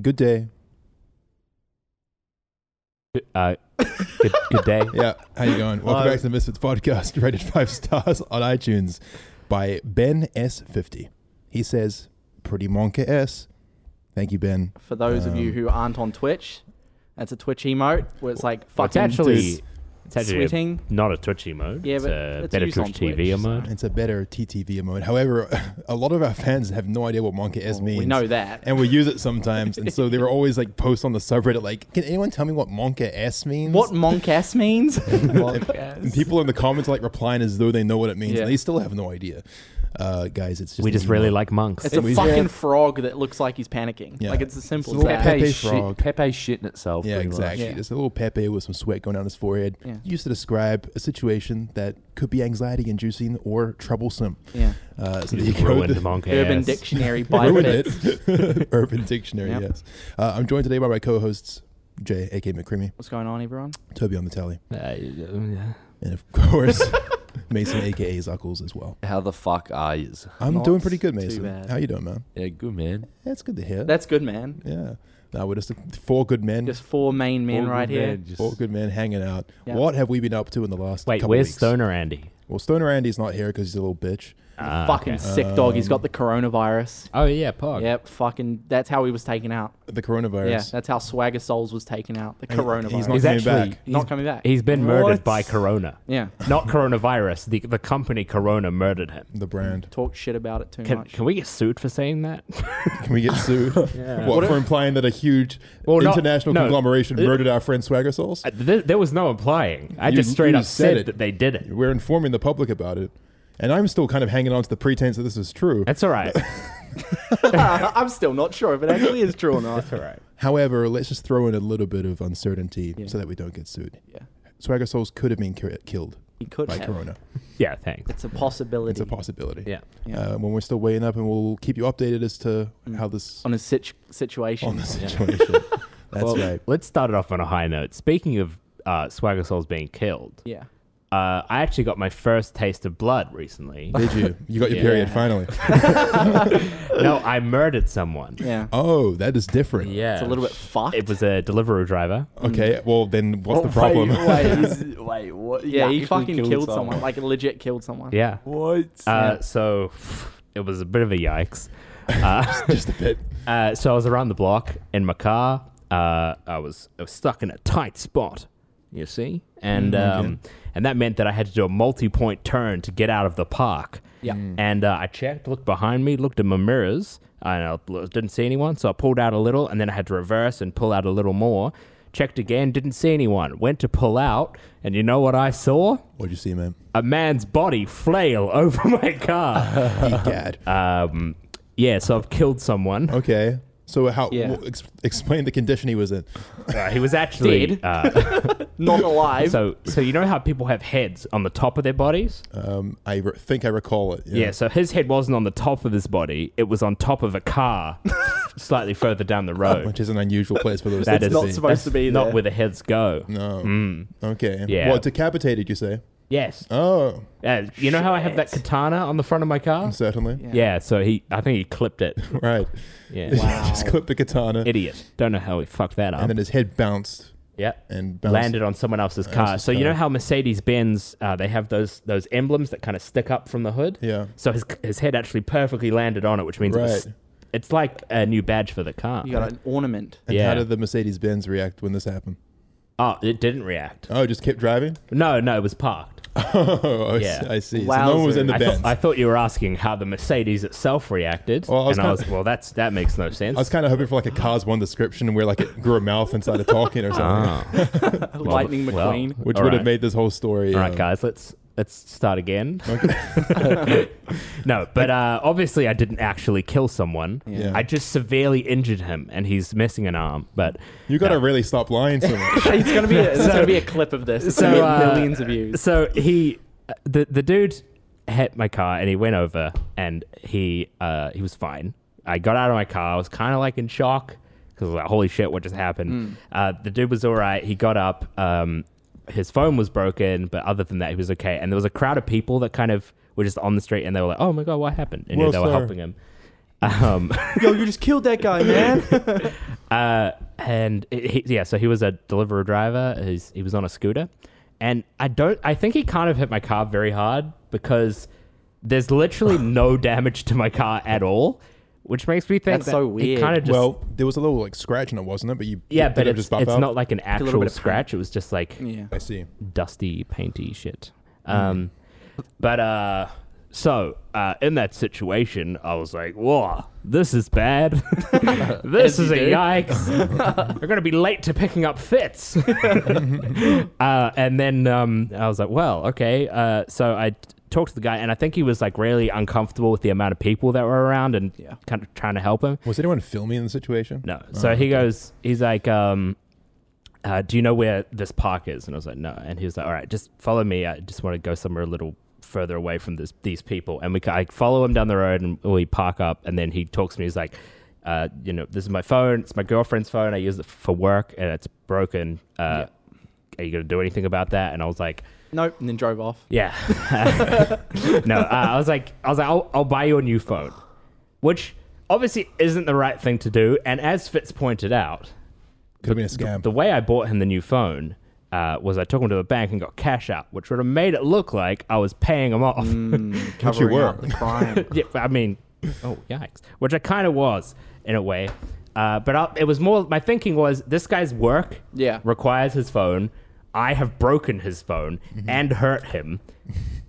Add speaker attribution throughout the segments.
Speaker 1: Good day.
Speaker 2: Uh, good, good day.
Speaker 1: Yeah. How you going? Welcome
Speaker 2: Hello.
Speaker 1: back to the Misfits Podcast, rated five stars on iTunes by Ben S50. He says, pretty monka S. Thank you, Ben.
Speaker 3: For those of you
Speaker 2: Um,
Speaker 3: who aren't on Twitch, that's a Twitch emote where it's like
Speaker 2: Well, it's
Speaker 3: fucking
Speaker 2: actually,
Speaker 3: just
Speaker 2: it's actually a,
Speaker 3: sweating.
Speaker 2: not a Twitch emote.
Speaker 3: Yeah,
Speaker 2: it's
Speaker 3: but
Speaker 2: a
Speaker 3: it's
Speaker 2: better
Speaker 3: used on
Speaker 2: Twitch TV
Speaker 3: Twitch, so-
Speaker 2: emote.
Speaker 1: It's a better TTV emote. However, a lot of our fans have no idea what monka S means.
Speaker 3: Oh, We know that.
Speaker 1: And we use it sometimes. And so they were always like posts on the subreddit like, can anyone tell me what monka S means?
Speaker 3: What monkass means?
Speaker 1: And people in the comments like replying as though they know what it means.
Speaker 3: Yeah.
Speaker 1: And they still have no idea. Uh, guys, it's just
Speaker 2: We
Speaker 1: an
Speaker 2: just really
Speaker 1: emote.
Speaker 2: like monks.
Speaker 3: it's a
Speaker 1: We-
Speaker 3: fucking frog that looks like he's panicking.
Speaker 1: Yeah.
Speaker 3: Like it's as simple
Speaker 1: It's
Speaker 3: as
Speaker 1: a little
Speaker 3: that.
Speaker 1: Pepe
Speaker 4: Pepe,
Speaker 1: frog.
Speaker 4: shit, Pepe shitting itself.
Speaker 1: Yeah,
Speaker 4: pretty much.
Speaker 1: exactly.
Speaker 3: Yeah.
Speaker 1: Just a little Pepe with some sweat going down his forehead.
Speaker 3: Yeah.
Speaker 1: Used to describe a situation that could be anxiety inducing or troublesome.
Speaker 3: Yeah.
Speaker 1: Uh, so
Speaker 2: You
Speaker 1: there you
Speaker 2: just
Speaker 1: go.
Speaker 2: ruined
Speaker 1: The-
Speaker 2: monk
Speaker 3: Urban
Speaker 2: ass.
Speaker 3: Dictionary by
Speaker 1: ruined
Speaker 3: fit.
Speaker 1: it. Urban Dictionary,
Speaker 3: Yep.
Speaker 1: yes. Uh, I'm joined today by my co hosts, Jay, aka McCreamy,
Speaker 3: What's going on, everyone?
Speaker 1: Toby on the tally,
Speaker 2: Uh, yeah.
Speaker 1: and of course, Mason, aka Zuckles as well.
Speaker 4: How the fuck are you?
Speaker 1: I'm
Speaker 3: Not
Speaker 1: doing pretty good,
Speaker 3: too
Speaker 1: Mason.
Speaker 3: bad.
Speaker 1: How you doing, man?
Speaker 4: Yeah, good man.
Speaker 1: That's good to hear.
Speaker 3: That's good, man.
Speaker 1: yeah. Now we're just four good men.
Speaker 3: Just four main men
Speaker 4: All
Speaker 3: right
Speaker 4: good
Speaker 3: here.
Speaker 4: man, just-
Speaker 1: Four good men hanging out.
Speaker 3: Yeah.
Speaker 1: What have we been up to in the last
Speaker 2: Wait,
Speaker 1: couple
Speaker 2: where's
Speaker 1: weeks?
Speaker 2: Stoner Andy?
Speaker 1: Well, Stoner Andy's not here because he's a little bitch.
Speaker 2: Ah,
Speaker 3: fucking
Speaker 2: okay.
Speaker 3: sick dog.
Speaker 1: Um,
Speaker 3: He's got the coronavirus.
Speaker 4: oh yeah, Pog.
Speaker 3: Yep, fucking. That's how he was taken out.
Speaker 1: the coronavirus.
Speaker 3: Yeah, that's how Swagger Souls was taken out. The
Speaker 1: And
Speaker 3: coronavirus.
Speaker 1: He's not
Speaker 2: He's
Speaker 1: coming
Speaker 2: actually-
Speaker 1: back.
Speaker 3: Not coming back.
Speaker 2: He's been
Speaker 3: What?
Speaker 2: murdered by Corona.
Speaker 3: Yeah.
Speaker 2: Not coronavirus. The, the company Corona murdered him.
Speaker 1: The brand.
Speaker 3: Talk shit about it too
Speaker 2: Can,
Speaker 3: much.
Speaker 2: can we get sued for saying that?
Speaker 1: Can we get sued? What,
Speaker 2: What
Speaker 1: for implying that a huge
Speaker 2: Well, not-
Speaker 1: international
Speaker 2: no.
Speaker 1: conglomeration
Speaker 2: Uh,
Speaker 1: murdered our friend Swagger Souls?
Speaker 2: Uh, There, there was no implying. I
Speaker 1: You-
Speaker 2: just straight
Speaker 1: you
Speaker 2: up
Speaker 1: said
Speaker 2: said,
Speaker 1: it.
Speaker 2: that they did it.
Speaker 1: We're informing the public about it, and I'm still kind of hanging on to the pretense that this is true.
Speaker 2: That's all right.
Speaker 3: I'm still not sure if it actually is true or not.
Speaker 2: all right.
Speaker 1: However, let's just throw in a little bit of uncertainty so that we don't get sued.
Speaker 3: Yeah.
Speaker 1: Swagger Souls could have been ki- killed
Speaker 3: He could
Speaker 1: by
Speaker 3: have.
Speaker 1: Corona.
Speaker 2: Yeah, thanks.
Speaker 3: It's a possibility.
Speaker 1: It's a possibility.
Speaker 2: Yeah.
Speaker 3: Yeah.
Speaker 1: Uh, when we're still weighing up, and we'll keep you updated as to
Speaker 2: Mm.
Speaker 1: how this
Speaker 3: on his situ- situation.
Speaker 1: on the situation. That's
Speaker 2: Well,
Speaker 1: right.
Speaker 2: Let's start it off on a high note. Speaking of uh, Swagger Souls being killed,
Speaker 3: yeah.
Speaker 2: uh, I actually got my first taste of blood recently.
Speaker 1: Did you? You got your
Speaker 2: Yeah.
Speaker 1: period finally.
Speaker 2: no, I murdered someone.
Speaker 3: Yeah.
Speaker 1: Oh, that is different.
Speaker 4: Yeah.
Speaker 3: it's a little bit fucked.
Speaker 2: It was a Deliveroo driver.
Speaker 1: Okay.
Speaker 2: Mm.
Speaker 1: Well, then what's
Speaker 2: Oh,
Speaker 1: the problem?
Speaker 4: Wait, wait, what?
Speaker 3: yeah, he fucking killed, someone. Like legit killed someone.
Speaker 2: Yeah.
Speaker 4: What?
Speaker 2: Uh, so it was a bit of a yikes. Uh,
Speaker 1: Just a bit.
Speaker 2: uh, so I was around the block in my car. Uh, I was I was stuck in a tight spot, you see, and
Speaker 3: Mm,
Speaker 2: um, and that meant that I had to do a multi-point turn to get out of the park.
Speaker 3: Yeah. Mm.
Speaker 2: And uh, I checked, looked behind me, looked in my mirrors, and I l- didn't see anyone. So I pulled out a little, and then I had to reverse and pull out a little more. Checked again, didn't see anyone. Went to pull out, and you know what I saw?
Speaker 1: What'd you see, man?
Speaker 2: A man's body flail over my car.
Speaker 1: Egad.
Speaker 2: um, yeah, so I've killed someone.
Speaker 1: okay. So how?
Speaker 3: Yeah.
Speaker 1: well, ex- explain the condition he was in.
Speaker 2: Uh, he was actually
Speaker 3: Dead.
Speaker 2: uh,
Speaker 3: Not alive.
Speaker 2: so so you know how people have heads on the top of their bodies
Speaker 3: Uh-huh.
Speaker 1: Um, I re- think I recall it.
Speaker 2: yeah. so his head wasn't on the top of his body it was on top of a car slightly further down the
Speaker 3: Oh
Speaker 2: road
Speaker 1: Which is an unusual place for those
Speaker 2: That
Speaker 1: things
Speaker 2: is
Speaker 1: to
Speaker 3: not
Speaker 1: be.
Speaker 3: supposed to be
Speaker 2: not
Speaker 3: there.
Speaker 2: where the heads go
Speaker 1: No. Okay.
Speaker 2: Yeah.
Speaker 1: Well, decapitated, you say?
Speaker 2: yes
Speaker 1: Oh,
Speaker 2: Uh, you know how i have that katana on the front of my car
Speaker 1: certainly.
Speaker 3: Yeah.
Speaker 2: yeah so he i think he clipped it
Speaker 1: Right.
Speaker 2: yeah
Speaker 1: Just clipped the katana,
Speaker 2: idiot don't know how he fucked that up
Speaker 1: and then his head bounced
Speaker 2: yeah
Speaker 1: and bounced.
Speaker 2: landed on someone else's car.
Speaker 1: else's
Speaker 2: So you know
Speaker 1: car.
Speaker 2: how Mercedes Benz uh, they have those those emblems that kind of stick up from the hood.
Speaker 1: Yeah.
Speaker 2: So his his head actually perfectly landed on it, which means it was-
Speaker 1: Right.
Speaker 2: it's like a new badge for the car.
Speaker 3: you got an ornament.
Speaker 1: And
Speaker 2: yeah.
Speaker 1: how did the Mercedes Benz react when this happened?
Speaker 2: Oh, it didn't react.
Speaker 1: Oh, it just kept driving.
Speaker 2: No, no, it was parked.
Speaker 1: Oh, I s-
Speaker 2: Yeah.
Speaker 1: I see. So no one was in the
Speaker 2: I,
Speaker 1: Benz.
Speaker 2: thought, I thought you were asking how the Mercedes itself reacted,
Speaker 1: Well, I was
Speaker 2: and I
Speaker 1: kind-
Speaker 2: was well, that's that makes no sense.
Speaker 1: I was kind of hoping for like a Cars One description where like it grew a mouth and started talking or something,
Speaker 2: Ah. Well,
Speaker 3: Lightning
Speaker 2: well,
Speaker 3: McQueen.
Speaker 1: which
Speaker 2: all
Speaker 1: would have
Speaker 2: right.
Speaker 1: made this whole story.
Speaker 2: All right,
Speaker 1: um,
Speaker 2: guys, let's let's start again. no, but uh, obviously I didn't actually kill someone.
Speaker 1: Yeah.
Speaker 2: I just severely injured him, and he's missing an arm. But
Speaker 1: You gotta
Speaker 2: no.
Speaker 1: really stop lying so much.
Speaker 3: it's gonna be a, it's gonna be a clip of this. It's gonna
Speaker 2: So,
Speaker 3: get
Speaker 2: uh,
Speaker 3: millions of views.
Speaker 2: so he, the the dude hit my car, and he went over, and he uh, he was fine. I got out of my car. I was kind of like in shock because like, holy shit, what just happened? Uh, the dude was all right. He got up. Um, his phone was broken, but other than that, he was okay. And there was a crowd of people that kind of were just on the street, and they were like, "Oh my god, what happened?" And you know,
Speaker 1: Well,
Speaker 2: they were
Speaker 1: sir.
Speaker 2: helping him. Um,
Speaker 3: Yo, you just killed that guy, man.
Speaker 2: Uh, and it, he, yeah, so he was a deliverer driver. He's, he was on a scooter, and I don't. I think he kind of hit my car very hard because there's literally no damage to my car at all, which makes me think
Speaker 3: That's
Speaker 2: that
Speaker 3: so
Speaker 2: He
Speaker 3: weird.
Speaker 2: kind of just
Speaker 1: well, there was a little like scratch in it, wasn't it? But you
Speaker 2: yeah,
Speaker 1: did
Speaker 2: but
Speaker 1: it
Speaker 2: it's,
Speaker 1: just buff
Speaker 2: it's
Speaker 1: out?
Speaker 2: not like an
Speaker 3: little
Speaker 2: actual
Speaker 3: bit of paint.
Speaker 2: scratch. It was just like
Speaker 3: Yeah.
Speaker 1: I see.
Speaker 2: dusty, painty shit. Um, but uh, so uh, in that situation, I was like, "Whoa, this is bad. this is a yikes. We're gonna be late to picking up fits." uh, and then um, I was like, "Well, okay." Uh, so I t- talked to the guy, and I think he was like really uncomfortable with the amount of people that were around, and kind of trying to help him.
Speaker 1: Was anyone filming the situation?
Speaker 2: No. So he goes, he's like, um, uh, do you know where this park is? And I was like, no. And he was like, all right, just follow me. I just want to go somewhere a little further away from this, these people. And we, ca- I follow him down the road and we park up. And then he talks to me. He's like, uh, you know, this is my phone. It's my girlfriend's phone. I use it for work and it's broken. Uh, Are you going to do anything about that? And I was like,
Speaker 3: Nope. And then drove off.
Speaker 2: yeah. no, uh, I was like, I was like, I'll, I'll buy you a new phone, which obviously isn't the right thing to do. And as Fitz pointed out,
Speaker 1: Could have been a scam.
Speaker 2: the way I bought him the new phone uh, was I took him to the bank and got cash out, which would have made it look like I was paying him off.
Speaker 3: Covering
Speaker 1: were.
Speaker 3: up the crime.
Speaker 2: yeah, I mean, oh yikes! Which I kind of was in a way, uh, but I, it was more. My thinking was this guy's work
Speaker 3: Yeah.
Speaker 2: requires his phone. I have broken his phone and hurt him.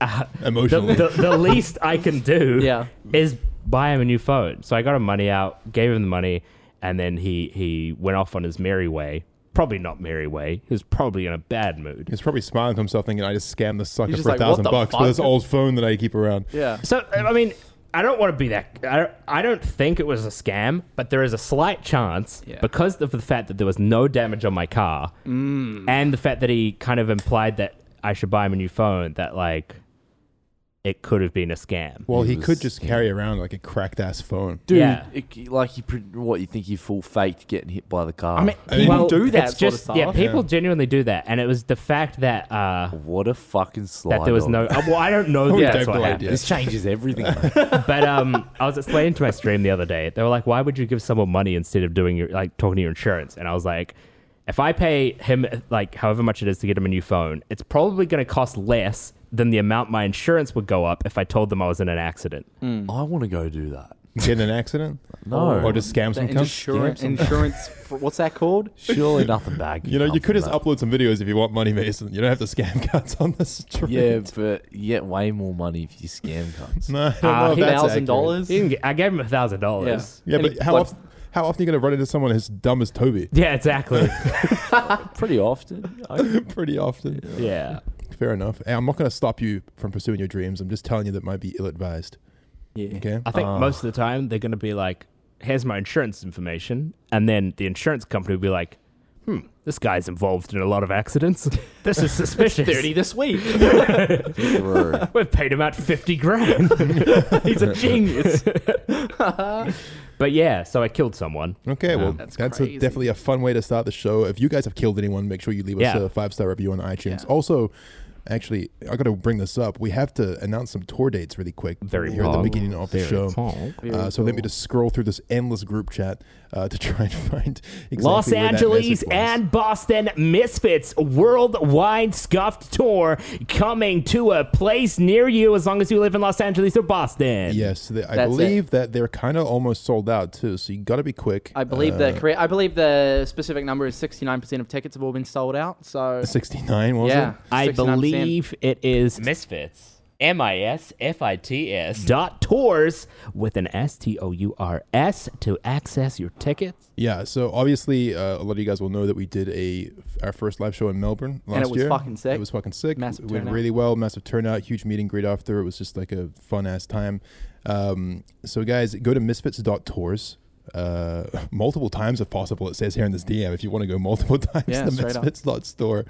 Speaker 2: Uh, the,
Speaker 1: Emotionally.
Speaker 2: the, the least I can do
Speaker 3: Yeah.
Speaker 2: is buy him a new phone. So I got him money out, gave him the money, and then he he went off on his merry way. Probably not merry way. He was probably in a bad mood.
Speaker 1: He's probably smiling to himself, thinking, "I just scammed this sucker
Speaker 3: He's just
Speaker 1: for a
Speaker 3: like, what
Speaker 1: thousand
Speaker 3: the
Speaker 1: bucks
Speaker 3: fuck?
Speaker 1: with this old phone that I keep around."
Speaker 3: yeah.
Speaker 2: So I mean, I don't want to be that. I don't, I don't think it was a scam, but there is a slight chance
Speaker 3: Yeah.
Speaker 2: because of the fact that there was no damage on my car,
Speaker 3: Mm.
Speaker 2: and the fact that he kind of implied that I should buy him a new phone. That like, it could have been a scam.
Speaker 1: Well, he
Speaker 4: was
Speaker 1: could just carry around like a cracked ass phone.
Speaker 4: Dude,
Speaker 2: Yeah.
Speaker 4: it- like you, pre- what you think you full faked getting hit by the car?
Speaker 3: I mean,
Speaker 1: I mean-
Speaker 3: people do that
Speaker 2: it's
Speaker 3: sort
Speaker 2: just-
Speaker 3: of
Speaker 2: Yeah,
Speaker 3: stuff.
Speaker 2: people genuinely do that, and it was the fact that uh,
Speaker 4: what a fucking slide!
Speaker 2: that there was
Speaker 4: on.
Speaker 2: no. uh, well, I don't know. that
Speaker 1: Yeah.
Speaker 2: that's
Speaker 1: Don't
Speaker 2: what
Speaker 1: blame
Speaker 2: happened.
Speaker 1: you.
Speaker 4: This changes everything.
Speaker 2: But um, I was explaining to my stream the other day. They were like, "Why would you give someone money instead of doing your like talking to your insurance?" And I was like, "If I pay him like however much it is to get him a new phone, it's probably going to cost less than the amount my insurance would go up if I told them I was in an accident."
Speaker 3: Mm.
Speaker 4: I want to go do that.
Speaker 1: Get in an accident?
Speaker 4: No.
Speaker 1: Or Hmm. Oh, just scam
Speaker 3: The
Speaker 1: some cunt?
Speaker 3: insurance, insurance. For, what's that called?
Speaker 4: Surely nothing bad. can
Speaker 1: You know,
Speaker 4: come
Speaker 1: you could
Speaker 4: from
Speaker 1: just
Speaker 4: that.
Speaker 1: upload some videos if you want money, Mason. You don't have to scam cunts on the street.
Speaker 4: Yeah, but you get way more money if you scam cunts.
Speaker 1: No, I don't know
Speaker 2: Uh,
Speaker 1: if
Speaker 2: he-
Speaker 1: Ah, that's accurate.
Speaker 3: Thousand dollars.
Speaker 2: He didn't get- I gave him a thousand dollars.
Speaker 1: Yeah,
Speaker 3: And
Speaker 1: but
Speaker 3: he-
Speaker 1: how
Speaker 3: like-
Speaker 1: often, how often are you going to run into someone as dumb as Toby?
Speaker 2: Yeah, exactly.
Speaker 4: Pretty often. I-
Speaker 1: Pretty often.
Speaker 2: yeah.
Speaker 1: Fair enough. Hey, I'm not going to stop you from pursuing your dreams. I'm just telling you that might be ill advised.
Speaker 3: Yeah.
Speaker 1: Okay?
Speaker 2: I think most of the time they're going to be like, "Here's my insurance information," and then the insurance company will be like, "Hmm, this guy's involved in a lot of accidents. This is suspicious.
Speaker 3: Thirty this week.
Speaker 4: True.
Speaker 2: We've paid him out fifty grand.
Speaker 3: He's a genius.
Speaker 2: but yeah, so I killed someone.
Speaker 1: Okay, well, that's,
Speaker 3: That's
Speaker 1: a,
Speaker 3: crazy.
Speaker 1: definitely a fun way to start the show. If you guys have killed anyone, make sure you leave us
Speaker 2: Yeah.
Speaker 1: a five star review on iTunes.
Speaker 3: Yeah.
Speaker 1: Also, actually, I got to bring this up. We have to announce some tour dates really quick.
Speaker 2: Very
Speaker 1: here at the
Speaker 2: wrong.
Speaker 1: beginning of the show. Uh, so let me
Speaker 3: cool.
Speaker 1: just scroll through this endless group chat uh, to try and find exactly
Speaker 2: Los
Speaker 1: where that
Speaker 2: Angeles
Speaker 1: message was.
Speaker 2: and Boston Misfits worldwide scuffed tour coming to a place near you as long as you live in Los Angeles or Boston.
Speaker 1: yes, they, I
Speaker 3: That's it.
Speaker 1: believe that they're kind of almost sold out too. So you got to be quick.
Speaker 3: I believe the
Speaker 1: Uh,
Speaker 3: correct. I believe the specific number is sixty nine percent of tickets have all been sold out. So
Speaker 1: sixty nine was
Speaker 3: yeah,
Speaker 1: it?
Speaker 2: I
Speaker 3: 69%.
Speaker 2: believe it is Misfits. M I S F I T S dot tours with an S T O U R S to access your tickets.
Speaker 1: Yeah. So obviously, uh, a lot of you guys will know that we did a our first live show in Melbourne last
Speaker 3: it was
Speaker 1: year.
Speaker 3: fucking sick.
Speaker 1: It was fucking sick.
Speaker 3: Massive
Speaker 1: it went
Speaker 3: turnout.
Speaker 1: really well. Massive turnout. Huge meeting. Great after. It was just like a fun ass time. Um, so guys, go to misfits.tours. Uh, multiple times if possible. It says here in this DM if you want to go multiple times.
Speaker 3: Yeah,
Speaker 1: the
Speaker 3: straight up.
Speaker 1: misfits.store.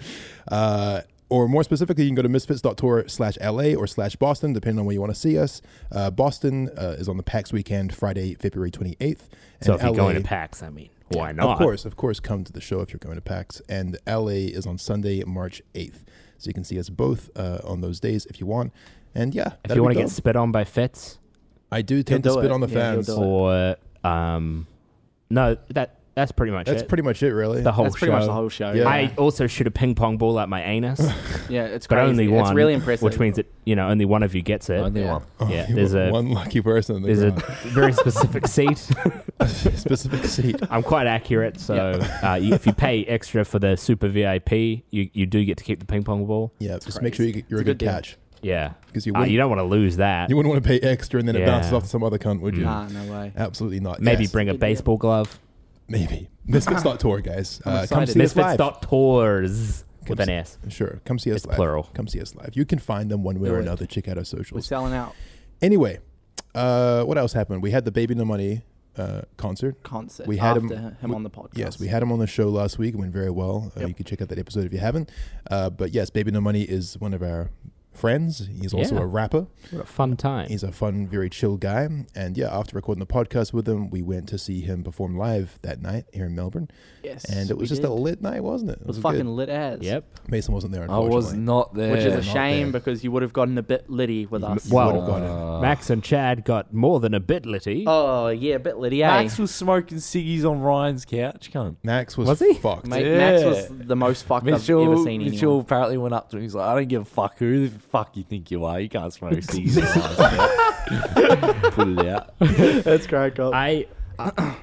Speaker 1: Uh, or more specifically, you can go to misfits.tour slash LA or slash Boston, depending on where you want to see us. Uh, Boston uh, is on the PAX weekend, Friday, February 28th. And
Speaker 2: So if you're
Speaker 1: LA
Speaker 2: going to PAX, I mean, why not?
Speaker 1: of course, of course, come to the show if you're going to PAX. And LA is on Sunday, March 8th. So you can see us both uh, on those days if you want. And yeah,
Speaker 2: If you want to get spit on by Fitz
Speaker 1: I do tend to
Speaker 3: He'll do
Speaker 1: spit
Speaker 3: it.
Speaker 1: on the
Speaker 3: Yeah, he'll
Speaker 1: fans.
Speaker 3: do it.
Speaker 2: or um, no, that That's pretty much
Speaker 1: That's
Speaker 2: it.
Speaker 1: pretty much it, really.
Speaker 2: the whole
Speaker 3: That's pretty
Speaker 2: show.
Speaker 3: much the whole show.
Speaker 1: Yeah.
Speaker 2: I also shoot a ping pong ball at my anus,
Speaker 3: yeah, it's
Speaker 2: but
Speaker 3: crazy.
Speaker 2: only one.
Speaker 3: It's really impressive.
Speaker 2: Which means that you know only one of you gets it.
Speaker 4: Only
Speaker 3: Yeah.
Speaker 4: one.
Speaker 1: Only
Speaker 2: yeah, there's a
Speaker 1: Oh, one lucky person in the
Speaker 2: there's a
Speaker 1: crowd.
Speaker 2: very specific seat.
Speaker 1: specific seat.
Speaker 2: I'm quite accurate, so uh, you, if you pay extra for the super VIP, you, you do get to keep the ping pong ball.
Speaker 1: Yeah, just make sure you, get- you're
Speaker 3: It's
Speaker 1: a
Speaker 3: a
Speaker 1: good,
Speaker 3: good deal.
Speaker 1: catch
Speaker 2: Yeah,
Speaker 1: because you
Speaker 2: Uh,
Speaker 1: wouldn't
Speaker 2: you
Speaker 1: you,
Speaker 2: don't want to lose that.
Speaker 1: wouldn't want to pay extra and then it bounces
Speaker 2: Yeah.
Speaker 1: off to some other cunt, would you?
Speaker 3: Nah, Ah, no way.
Speaker 1: Absolutely not.
Speaker 2: Maybe
Speaker 1: Yes,
Speaker 2: bring a
Speaker 3: Good deal.
Speaker 2: baseball glove.
Speaker 1: maybe Misfits dot tour guys.
Speaker 3: I'm
Speaker 1: Uh, come
Speaker 3: excited.
Speaker 1: see us live.
Speaker 2: Misfits.tours with an S.
Speaker 1: Sure, come see us
Speaker 2: It's
Speaker 1: live.
Speaker 2: plural.
Speaker 1: Come see us live. You can find them one way
Speaker 3: Do
Speaker 1: or
Speaker 3: it.
Speaker 1: another. Check out our
Speaker 3: We're
Speaker 1: socials.
Speaker 3: selling out
Speaker 1: Anyway, uh, what else happened? We had the Baby No Money uh, concert.
Speaker 3: concert.
Speaker 1: We had him-
Speaker 3: after him,
Speaker 1: we-
Speaker 3: on the podcast.
Speaker 1: Yes, we had him on the show last week. It went very well. Uh,
Speaker 3: Yep.
Speaker 1: You can check out that episode if you haven't. Uh, but yes, Baby No Money is one of our friends. He's also
Speaker 2: Yeah.
Speaker 1: a rapper.
Speaker 2: What a fun time.
Speaker 1: He's a fun, very chill guy. And yeah, after recording the podcast with him, we went to see him perform live that night here in Melbourne.
Speaker 3: Yes,
Speaker 1: And it was
Speaker 3: we
Speaker 1: just
Speaker 3: did.
Speaker 1: a lit night, wasn't it?
Speaker 3: It was
Speaker 1: good.
Speaker 3: fucking lit as.
Speaker 2: yep.
Speaker 1: Mason wasn't there,
Speaker 4: I
Speaker 1: unfortunately.
Speaker 4: was not there.
Speaker 3: Which is a
Speaker 1: not
Speaker 3: shame
Speaker 1: there.
Speaker 3: because you would have gotten a bit litty with us.
Speaker 1: Well-
Speaker 2: Wow. Max and Chad got more than a bit litty.
Speaker 3: oh yeah, a bit litty. eh?
Speaker 4: Max was smoking ciggies on Ryan's couch, cunt.
Speaker 1: Max was,
Speaker 2: Was he?
Speaker 1: fucked.
Speaker 3: Mate, Max
Speaker 4: Yeah.
Speaker 3: was the most fucked I've ever
Speaker 4: Mitchell,
Speaker 3: seen anyone.
Speaker 4: Mitchell apparently went up to him. He's like, I don't give a fuck who the fuck you think you are. You can't smoke ciggies. on Ryan's couch." Put it out.
Speaker 3: That's great, God.
Speaker 2: I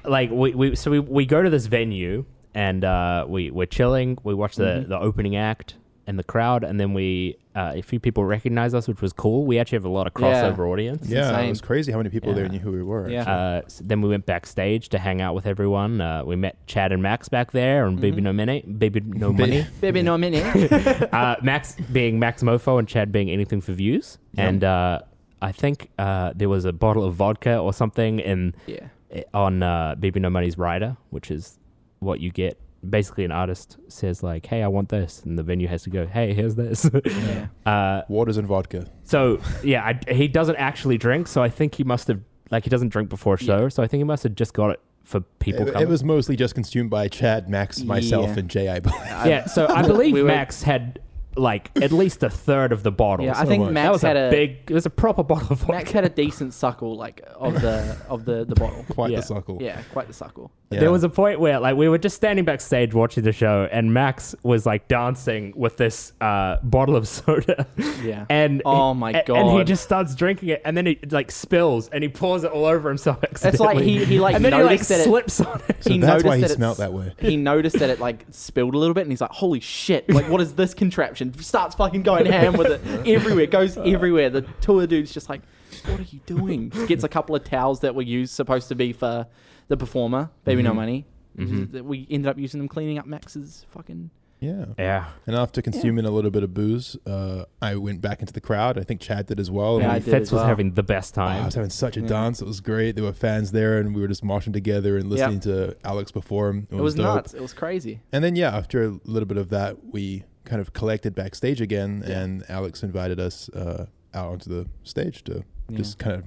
Speaker 2: like we, we so we, we go to this venue and uh, we we're chilling. We watch the the opening act and the crowd, and then we uh, a few people recognize us, which was cool. We actually have a lot of
Speaker 3: Yeah.
Speaker 2: crossover audience.
Speaker 1: yeah, it
Speaker 3: insane.
Speaker 1: was crazy how many people there
Speaker 2: Yeah.
Speaker 1: knew who we were.
Speaker 3: Yeah.
Speaker 2: Uh, so then we went backstage to hang out with everyone. Uh, we met Chad and Max back there, and Baby No Money, Baby No
Speaker 1: Ba-
Speaker 2: Money.
Speaker 3: Baby, no minute.
Speaker 2: uh, Max being Max Mofo and Chad being anything for views. And uh, I think uh, there was a bottle of vodka or something in
Speaker 3: yeah.
Speaker 2: eh, on uh, BB No Money's rider, which is what you get. Basically, an artist says like, "Hey, I want this," and the venue has to go, "Hey, here's this."
Speaker 3: Yeah.
Speaker 2: uh,
Speaker 1: Waters and vodka.
Speaker 2: so yeah, I, he doesn't actually drink, so I think he must have like he doesn't drink before show, so I think he must have just got it for people.
Speaker 1: It, it
Speaker 2: coming.
Speaker 1: was mostly just consumed by Chad, Max, myself,
Speaker 3: Yeah.
Speaker 1: and Jay. I believe.
Speaker 2: yeah. So I believe
Speaker 3: We were-
Speaker 2: Max had like at least a third of the bottle.
Speaker 3: Yeah, I
Speaker 2: so
Speaker 3: think
Speaker 1: much.
Speaker 3: Max
Speaker 2: that was
Speaker 3: had
Speaker 2: a,
Speaker 3: a
Speaker 2: big. It was a proper bottle of vodka.
Speaker 3: Max had a decent suckle, like of the of the the bottle.
Speaker 1: Quite
Speaker 2: Yeah.
Speaker 1: the suckle.
Speaker 3: Yeah, quite the suckle.
Speaker 1: Yeah.
Speaker 2: There was a point where like we were just standing backstage watching the show and Max was like dancing with this uh, bottle of soda.
Speaker 3: Yeah.
Speaker 2: And
Speaker 3: Oh my
Speaker 2: a- And he
Speaker 3: God.
Speaker 2: just starts drinking it and then he like spills and he pours it all over himself
Speaker 3: It's like he
Speaker 2: accidentally.
Speaker 3: he like
Speaker 2: and then he like
Speaker 3: noticed that it,
Speaker 2: slips on it.
Speaker 1: So
Speaker 3: he
Speaker 1: that's why
Speaker 3: noticed
Speaker 1: he
Speaker 3: that it's-
Speaker 1: smelt that way.
Speaker 3: he noticed that it like spilled a little bit, and he's like, "Holy shit! Like, what is this contraption?" Starts fucking going ham with it everywhere, goes everywhere. The tour dude's just like, "What are you doing?" Gets a couple of towels that were used supposed to be for the performer, baby no money. That We ended up using them cleaning up Max's fucking.
Speaker 1: Yeah.
Speaker 2: Yeah.
Speaker 1: And after consuming a little bit of booze, uh, I went back into the crowd. I think Chad did as well.
Speaker 3: Yeah,
Speaker 1: And
Speaker 3: I
Speaker 1: we-
Speaker 3: did
Speaker 2: Fitz
Speaker 3: as
Speaker 2: was
Speaker 3: well.
Speaker 2: having the best
Speaker 1: Oh, I
Speaker 2: time.
Speaker 1: was having such a
Speaker 3: Yeah.
Speaker 1: dance. It was great. There were fans there, and we were just moshing together and listening to Alex perform. It,
Speaker 3: It was
Speaker 1: dope.
Speaker 3: nuts. It was crazy.
Speaker 1: And then, yeah, after a little bit of that, we kind of collected backstage again, and Alex invited us uh, out onto the stage to
Speaker 3: Yeah.
Speaker 1: just kind of,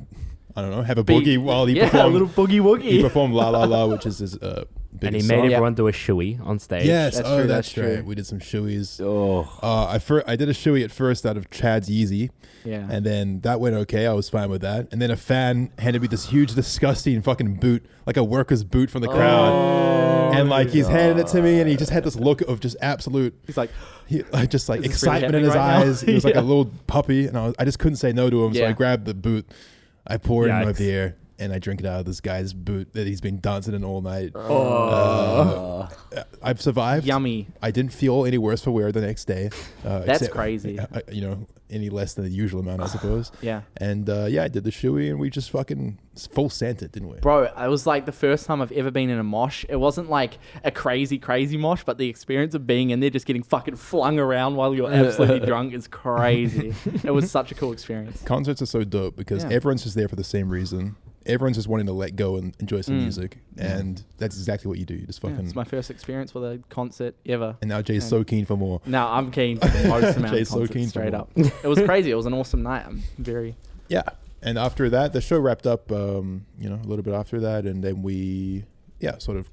Speaker 1: I don't know, have a
Speaker 3: Be-
Speaker 1: boogie while he
Speaker 3: yeah, a
Speaker 1: performed.
Speaker 3: little boogie
Speaker 1: he
Speaker 3: woogie.
Speaker 1: performed La La La, which is his uh,
Speaker 2: And
Speaker 1: biggest
Speaker 2: he made
Speaker 1: song.
Speaker 3: Yeah.
Speaker 2: everyone do a shoey on stage.
Speaker 1: Yes,
Speaker 3: That's
Speaker 1: oh,
Speaker 3: true,
Speaker 1: that's,
Speaker 3: that's
Speaker 1: right.
Speaker 3: true.
Speaker 1: We did some shoeys.
Speaker 4: Oh,
Speaker 1: Uh, I fir- I did a shoey at first out of Chad's Yeezy,
Speaker 3: Yeah.
Speaker 1: and then that went okay. I was fine with that. And then a fan handed me this huge, disgusting fucking boot, like a worker's boot
Speaker 3: Oh.
Speaker 1: from the crowd. and like he's handed it to me, and he just had this look of just absolute,
Speaker 3: He's like,
Speaker 1: he, like just like
Speaker 3: Is this really
Speaker 1: excitement in his
Speaker 3: happening right
Speaker 1: eyes.
Speaker 3: now?
Speaker 1: He was like
Speaker 3: Yeah.
Speaker 1: a little puppy, and I, was, I just couldn't say no to him. So I
Speaker 3: Yeah.
Speaker 1: grabbed the boot, I poured in my
Speaker 2: Yikes.
Speaker 1: beer, and I drink it out of this guy's boot that he's been dancing in all night.
Speaker 3: Oh.
Speaker 1: Uh, I've survived.
Speaker 3: "Yummy."
Speaker 1: I didn't feel any worse for wear the next day. Uh,
Speaker 3: That's crazy.
Speaker 1: uh, You know, any less than the usual amount, I suppose.
Speaker 3: Yeah.
Speaker 1: And uh, yeah, I did the shoey, and we just fucking s- full sent it, didn't we?
Speaker 3: Bro, it was like the first time I've ever been in a mosh. It wasn't like a crazy, crazy mosh, but the experience of being in there just getting fucking flung around while you're absolutely drunk is crazy. It was such a cool experience.
Speaker 1: Concerts are so dope because
Speaker 3: Yeah.
Speaker 1: everyone's just there for the same reason. Everyone's just wanting to let go and enjoy some music, and that's exactly what you do. You just
Speaker 3: Mm. Yeah,
Speaker 1: fucking.
Speaker 3: it's my first experience with a concert ever.
Speaker 1: and now Jay's
Speaker 3: yeah.
Speaker 1: so keen for more.
Speaker 3: No, I'm keen for the most amount
Speaker 1: Jay's
Speaker 3: of
Speaker 1: so
Speaker 3: concerts,
Speaker 1: keen for
Speaker 3: straight
Speaker 1: more.
Speaker 3: up. It was crazy. It was an awesome night. I'm very
Speaker 1: Yeah. And after that, the show wrapped up. Um, you know, a little bit after that, and then we, yeah, sort of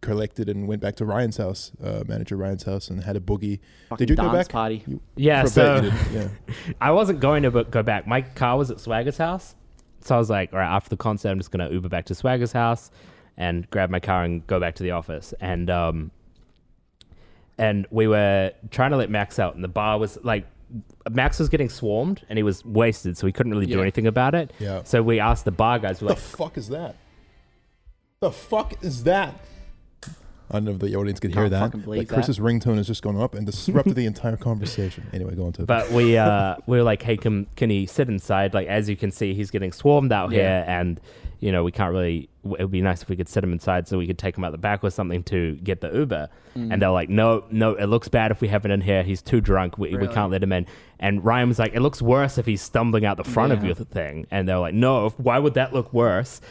Speaker 1: collected and went back to Ryan's house, uh, manager Ryan's house, and had a boogie.
Speaker 3: fucking
Speaker 1: Did you
Speaker 3: dance
Speaker 1: go back?
Speaker 3: party.
Speaker 1: You-
Speaker 2: Yeah,
Speaker 1: for a
Speaker 2: so
Speaker 1: bit you did, yeah.
Speaker 2: I wasn't going to bu- go back. My car was at Swagger's house. So I was like, all right, after the concert, I'm just going to Uber back to Swagger's house. and grab my car and go back to the office. And um, and we were trying to let Max out, and the bar was like. Max was getting swarmed and he was wasted, so he couldn't really do
Speaker 3: Yeah.
Speaker 2: anything about it.
Speaker 1: Yeah.
Speaker 2: So we asked the bar guys, we're
Speaker 1: The
Speaker 2: like,
Speaker 1: fuck is that? The fuck is that? I don't know if the audience could hear
Speaker 3: Can't
Speaker 1: that.
Speaker 3: fucking believe
Speaker 1: But Chris's ringtone has just gone up and disrupted the entire conversation. Anyway, go on to it.
Speaker 2: but we uh we were like hey can can he sit inside like as you can see he's getting swarmed out here and you know we can't really w- it would be nice if we could sit him inside so we could take him out the back or something to get the uber
Speaker 3: Mm.
Speaker 2: and they're like no no it looks bad if we have it in here he's too drunk we, we
Speaker 3: Really?
Speaker 2: can't let him in and ryan was like it looks worse if he's stumbling out the front of
Speaker 3: Yeah.
Speaker 2: you the thing and they're like no if- why would that look worse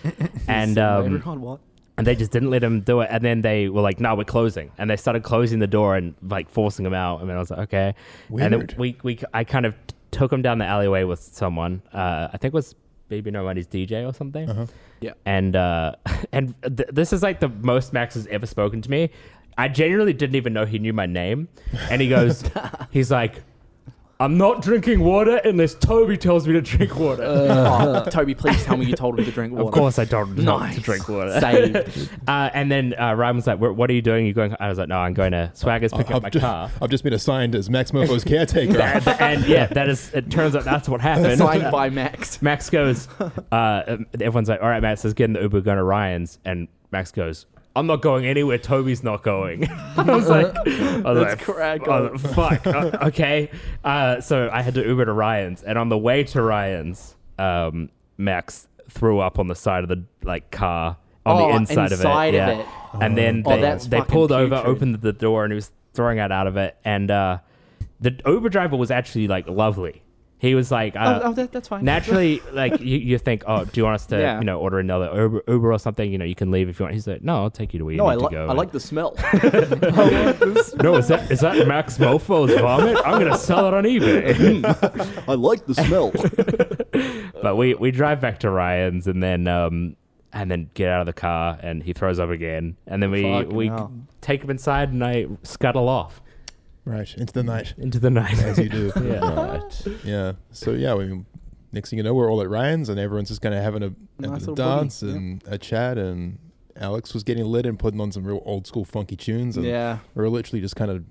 Speaker 2: and um
Speaker 3: Everyone, what?
Speaker 2: and they just didn't let him do it. And then they were like, "No, we're closing," and they started closing the door and like forcing him out. And then I was like, "Okay." And
Speaker 1: Weird.
Speaker 2: then we we I kind of t- took him down the alleyway with someone. Uh, I think it was Baby No Money's DJ or something.
Speaker 3: Yeah.
Speaker 2: And uh, and th- this is like the most Max has ever spoken to me. I genuinely didn't even know he knew my name. And he goes, he's like. I'm not drinking water unless Toby tells me to drink water.
Speaker 3: Oh, Toby, please tell me you told him to drink water.
Speaker 2: of course, I told him not
Speaker 3: Nice.
Speaker 2: to drink water.
Speaker 3: Saved.
Speaker 2: Uh, and then uh, Ryan was like, "Wh- "What are you doing? You going?" I was like, "No, I'm going to Swaggers pick up my
Speaker 1: ju-
Speaker 2: car."
Speaker 1: I've just been assigned as Max Mofo's caretaker.
Speaker 2: and, and yeah, that is. It turns out that's what happened.
Speaker 3: Signed by Max.
Speaker 2: Max goes. Uh, um, everyone's like, "All right, Max, let's get in the Uber, going to Ryan's." And Max goes, "I'm not going anywhere. Toby's not going." I was like, I was
Speaker 3: Let's
Speaker 2: like,
Speaker 3: crack
Speaker 2: I
Speaker 3: on.
Speaker 2: was like, "Fuck, uh, okay." Uh, so I had to Uber to Ryan's, and on the way to Ryan's, um, Max threw up on the side of the like car on
Speaker 3: Oh,
Speaker 2: the inside,
Speaker 3: inside of
Speaker 2: yeah.
Speaker 3: it.
Speaker 2: And then
Speaker 3: Oh,
Speaker 2: they,
Speaker 3: that's
Speaker 2: they
Speaker 3: fucking
Speaker 2: pulled over,
Speaker 3: putrid.
Speaker 2: opened the door, and he was throwing it out of it. And uh, the Uber driver was actually like lovely. He was like, uh,
Speaker 3: oh, that- that's fine.
Speaker 2: Naturally, like you, you think, oh, do you want us to,
Speaker 3: Yeah.
Speaker 2: you know, order another Uber, Uber or something? You know, you can leave if you want. He's like, no, I'll take you to where you
Speaker 3: No,
Speaker 2: need
Speaker 3: I,
Speaker 2: to
Speaker 3: li-
Speaker 2: go.
Speaker 3: I like the smell.
Speaker 2: No, is that is that Max Mofo's vomit? I'm gonna sell it on eBay.
Speaker 3: Mm-hmm. I like the smell.
Speaker 2: but we we drive back to Ryan's and then um and then get out of the car and he throws up again and then we
Speaker 3: Fucking
Speaker 2: we
Speaker 3: hell.
Speaker 2: take him inside and I scuttle off
Speaker 1: right, into the night.
Speaker 2: into the night.
Speaker 1: As you do.
Speaker 2: yeah.
Speaker 4: Right.
Speaker 1: Yeah. So yeah, I mean, next thing you know, we're all at Ryan's and everyone's just kind of having a, having
Speaker 3: Nice
Speaker 1: a
Speaker 3: little
Speaker 1: dance
Speaker 3: boogie, yeah.
Speaker 1: and a chat and Alex was getting lit and putting on some real old school funky tunes and
Speaker 3: yeah.
Speaker 1: we were literally just kind of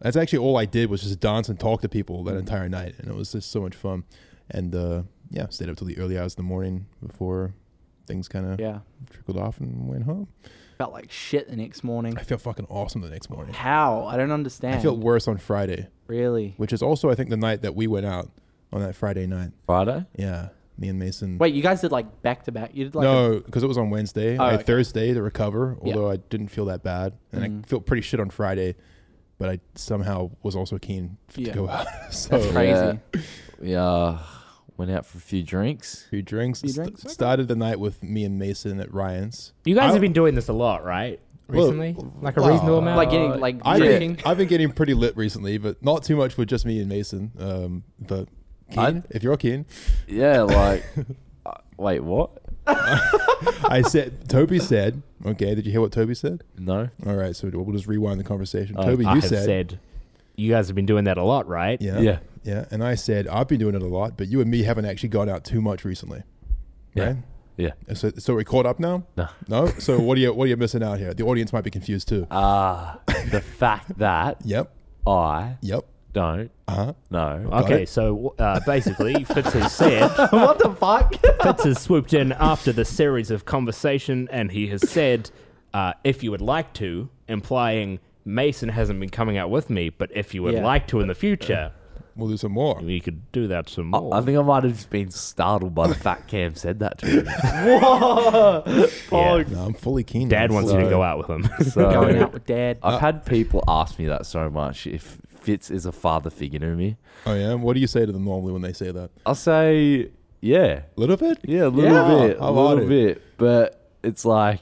Speaker 1: that's actually all I did was just dance and talk to people
Speaker 3: Mm-hmm.
Speaker 1: that entire night and it was just so much fun and uh, yeah stayed up till the early hours of the morning before things kind of
Speaker 3: Yeah.
Speaker 1: trickled off and went home.
Speaker 3: Felt like shit the next morning.
Speaker 1: I feel fucking awesome the next morning.
Speaker 3: How? I don't understand.
Speaker 1: I feel worse on Friday,
Speaker 3: really.
Speaker 1: which is also I think the night that we went out on that Friday night.
Speaker 4: Friday?
Speaker 1: Yeah, me and Mason.
Speaker 3: Wait, you guys did like back to back. You did like a-
Speaker 1: no, because it was on Wednesday.
Speaker 3: Oh,
Speaker 1: I had
Speaker 3: okay.
Speaker 1: Thursday to recover,
Speaker 3: Yeah. Mm-hmm.
Speaker 1: although I didn't feel that bad, and I felt pretty shit on Friday, but I somehow was also keen f-
Speaker 3: Yeah.
Speaker 1: to go out. so
Speaker 3: That's crazy.
Speaker 4: Yeah. uh, Went out for a few drinks.
Speaker 1: few drinks.
Speaker 3: Few
Speaker 1: St-
Speaker 3: drinks, okay.
Speaker 1: started the night with me and Mason at Ryan's.
Speaker 2: You guys
Speaker 1: I-
Speaker 2: have been doing this a lot, right?
Speaker 1: Well,
Speaker 2: Recently, like a
Speaker 1: well,
Speaker 2: reasonable amount.
Speaker 3: Like getting like
Speaker 1: I've
Speaker 3: drinking.
Speaker 1: been, I've been getting pretty lit recently, but not too much with just me and Mason. Um, but keen,
Speaker 4: I'd-
Speaker 1: if you're keen,
Speaker 4: Yeah, like. uh, wait, what?
Speaker 1: I said. Toby said. Okay, did you hear what Toby said?
Speaker 4: No.
Speaker 1: All right, so we'll just rewind the conversation.
Speaker 4: Oh,
Speaker 1: Toby,
Speaker 2: Uh, I
Speaker 1: you
Speaker 2: have said, you guys have been doing that a lot, right?
Speaker 1: Yeah.
Speaker 4: Yeah.
Speaker 1: Yeah. And I said, I've been doing it a lot, but you and me haven't actually gone out too much recently.
Speaker 4: Yeah.
Speaker 1: Right?
Speaker 4: Yeah.
Speaker 1: And So, so we caught up now?
Speaker 4: No.
Speaker 1: No? So what are you what are you missing out here? The audience might be confused too.
Speaker 2: Uh,
Speaker 4: Ah, the fact that
Speaker 1: yep.
Speaker 4: I
Speaker 1: Yep.
Speaker 4: don't
Speaker 1: Uh-huh.
Speaker 4: know.
Speaker 2: Okay,
Speaker 1: it.
Speaker 2: so uh, basically, Fitz has said
Speaker 3: what the fuck?
Speaker 2: Fitz has swooped in after the series of conversation, and he has said, uh, "If you would like to," implying Mason hasn't been coming out with me, but if you would
Speaker 3: Yeah.
Speaker 2: like to in the future,
Speaker 1: We'll do some more.
Speaker 2: we could do that some
Speaker 4: I-
Speaker 2: more.
Speaker 4: I think I might have just been startled by the fact Cam said that to me.
Speaker 2: Yeah.
Speaker 1: No, I'm fully keen.
Speaker 2: Dad
Speaker 1: I'm
Speaker 2: wants
Speaker 1: fully
Speaker 2: you to
Speaker 1: keen.
Speaker 2: go out with him.
Speaker 4: So,
Speaker 3: Going out with dad.
Speaker 4: I've had people ask me that so much. If Fitz is a father figure to me,
Speaker 1: Oh yeah. What do you say to them normally when they say that?
Speaker 4: I'll say, yeah,
Speaker 1: little bit?
Speaker 4: yeah, a little
Speaker 3: Yeah.
Speaker 4: bit,
Speaker 1: How
Speaker 4: a
Speaker 1: about
Speaker 4: little
Speaker 1: it?
Speaker 4: bit, but it's like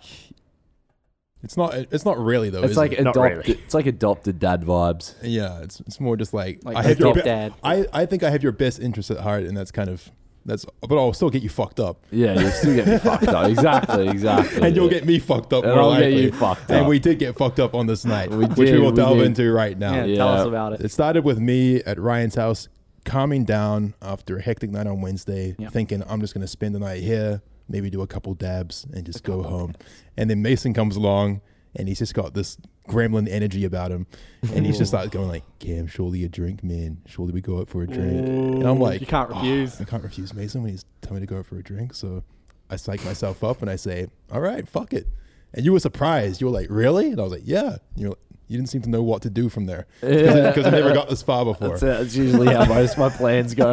Speaker 1: It's not it's not really though.
Speaker 4: it's
Speaker 1: Oh, is
Speaker 4: like
Speaker 1: it?
Speaker 2: Not
Speaker 4: adopted,
Speaker 2: really.
Speaker 4: it's like adopted dad vibes.
Speaker 1: Yeah, it's it's more just like,
Speaker 3: Like
Speaker 1: I have your be-
Speaker 3: stepdad.
Speaker 1: I, I think I have your best interest at heart and that's kind of that's but I'll still get you fucked up.
Speaker 4: Yeah, you'll still get me fucked up. Exactly, exactly.
Speaker 1: and you'll
Speaker 4: yeah.
Speaker 1: get me fucked up.
Speaker 4: And
Speaker 1: more
Speaker 4: I'll get
Speaker 1: likely.
Speaker 4: you fucked
Speaker 1: And
Speaker 4: up.
Speaker 1: we did get fucked up on this night,
Speaker 4: We
Speaker 1: which we
Speaker 4: did,
Speaker 1: will
Speaker 4: we
Speaker 1: delve
Speaker 4: did.
Speaker 1: into right now.
Speaker 3: Yeah,
Speaker 4: Yeah.
Speaker 3: Tell us about it.
Speaker 1: It started with me at Ryan's house, calming down after a hectic night on Wednesday,
Speaker 3: Yeah.
Speaker 1: thinking I'm just going to spend the night here. maybe do a couple dabs and just go home. And then Mason comes along and he's just got this gremlin energy about him. And he's just like going like, Cam, surely a drink, man. Surely we go out for a drink. and I'm like, "Oh,
Speaker 3: you can't refuse.
Speaker 1: I can't refuse Mason when he's telling me to go out for a drink. So I psych myself up and I say, all right, fuck it. And you were surprised. You were like, really? And I was like, yeah. And you're like, you didn't seem to know what to do from there because I never got this far before.
Speaker 4: That's, it. That's usually how most of my plans go,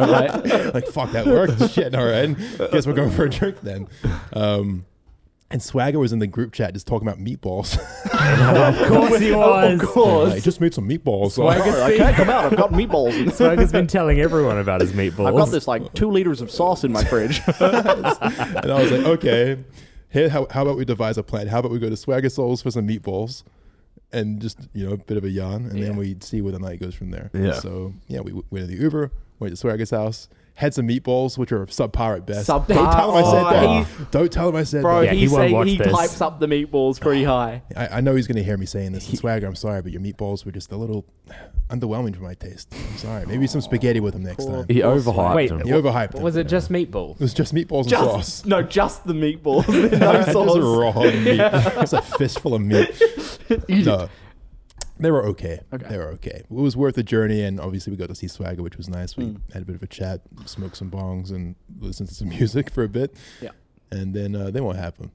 Speaker 4: mate.
Speaker 1: like fuck that worked shit all right guess we're going for a drink then um and swagger was in the group chat just talking about meatballs
Speaker 2: Of course he was.
Speaker 3: Of course.
Speaker 1: i just made some meatballs
Speaker 2: Swagger's
Speaker 3: I
Speaker 2: been,
Speaker 3: can't come out. I've got meatballs.
Speaker 2: Swagger's been telling everyone about his meatballs.
Speaker 3: I've got this like two liters of sauce in my fridge.
Speaker 1: and i was like okay here how, how about we devise a plan how about we go to swagger souls for some meatballs and just you know a bit of a yarn and then we see where the night goes from there
Speaker 4: Yeah.
Speaker 1: so yeah we w- went to the uber went to swagger's house had some meatballs, which are subpar at best.
Speaker 3: Subpar.
Speaker 1: Don't tell him I said
Speaker 3: Oh,
Speaker 1: that. Don't tell him I said
Speaker 3: Bro,
Speaker 1: that.
Speaker 2: Yeah,
Speaker 3: he,
Speaker 2: he won't
Speaker 3: say-
Speaker 2: watch
Speaker 3: he
Speaker 2: this.
Speaker 3: types up the meatballs pretty high.
Speaker 1: I, I know he's going to hear me saying this. And swagger, I'm sorry, but your meatballs were just a little underwhelming for my taste. I'm sorry. Maybe some spaghetti with them next time.
Speaker 4: He overhyped
Speaker 2: Wait,
Speaker 4: him.
Speaker 1: You overhyped
Speaker 2: was
Speaker 1: it.
Speaker 2: it just
Speaker 1: It
Speaker 2: meatballs?
Speaker 1: was just meatballs and
Speaker 3: Just
Speaker 1: sauce.
Speaker 3: no, just the meatballs. no
Speaker 1: Just
Speaker 3: sauce.
Speaker 1: raw meat. It's a fistful of meat. no. They were okay.
Speaker 3: Okay.
Speaker 1: They were okay. It was worth the journey, and obviously we got to see Swagger, which was nice. We had a bit of a chat, smoked some bongs, and listened to some music for a bit.
Speaker 3: Yeah.
Speaker 1: And then uh, then what happened?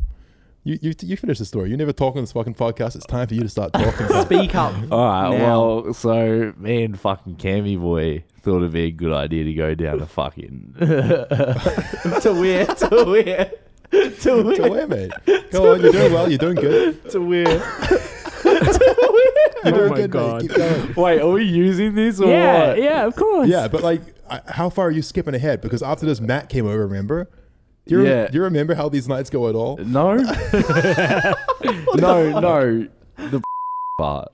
Speaker 1: You you you finish the story. You never talk on this fucking podcast. It's time for you to start talking.
Speaker 3: Speak up.
Speaker 4: All right.
Speaker 3: Now.
Speaker 4: Well, so me and fucking Cammy boy thought it'd be a good idea to go down to fucking
Speaker 3: to where? To where? To
Speaker 1: So
Speaker 3: where?
Speaker 1: wait, mate. Go on, you're doing well. You're doing good.
Speaker 3: To where?
Speaker 1: You're
Speaker 2: Oh
Speaker 1: doing
Speaker 2: my
Speaker 1: good,
Speaker 2: God.
Speaker 1: mate. Keep going.
Speaker 4: Wait, are we using this or
Speaker 2: Yeah,
Speaker 4: what?
Speaker 2: yeah, of course.
Speaker 1: Yeah, but like, I, how far are you skipping ahead? Because after this, Matt came over. Remember? Do you,
Speaker 4: Yeah.
Speaker 1: do you remember how these nights go at all?
Speaker 4: No. no, no. The part.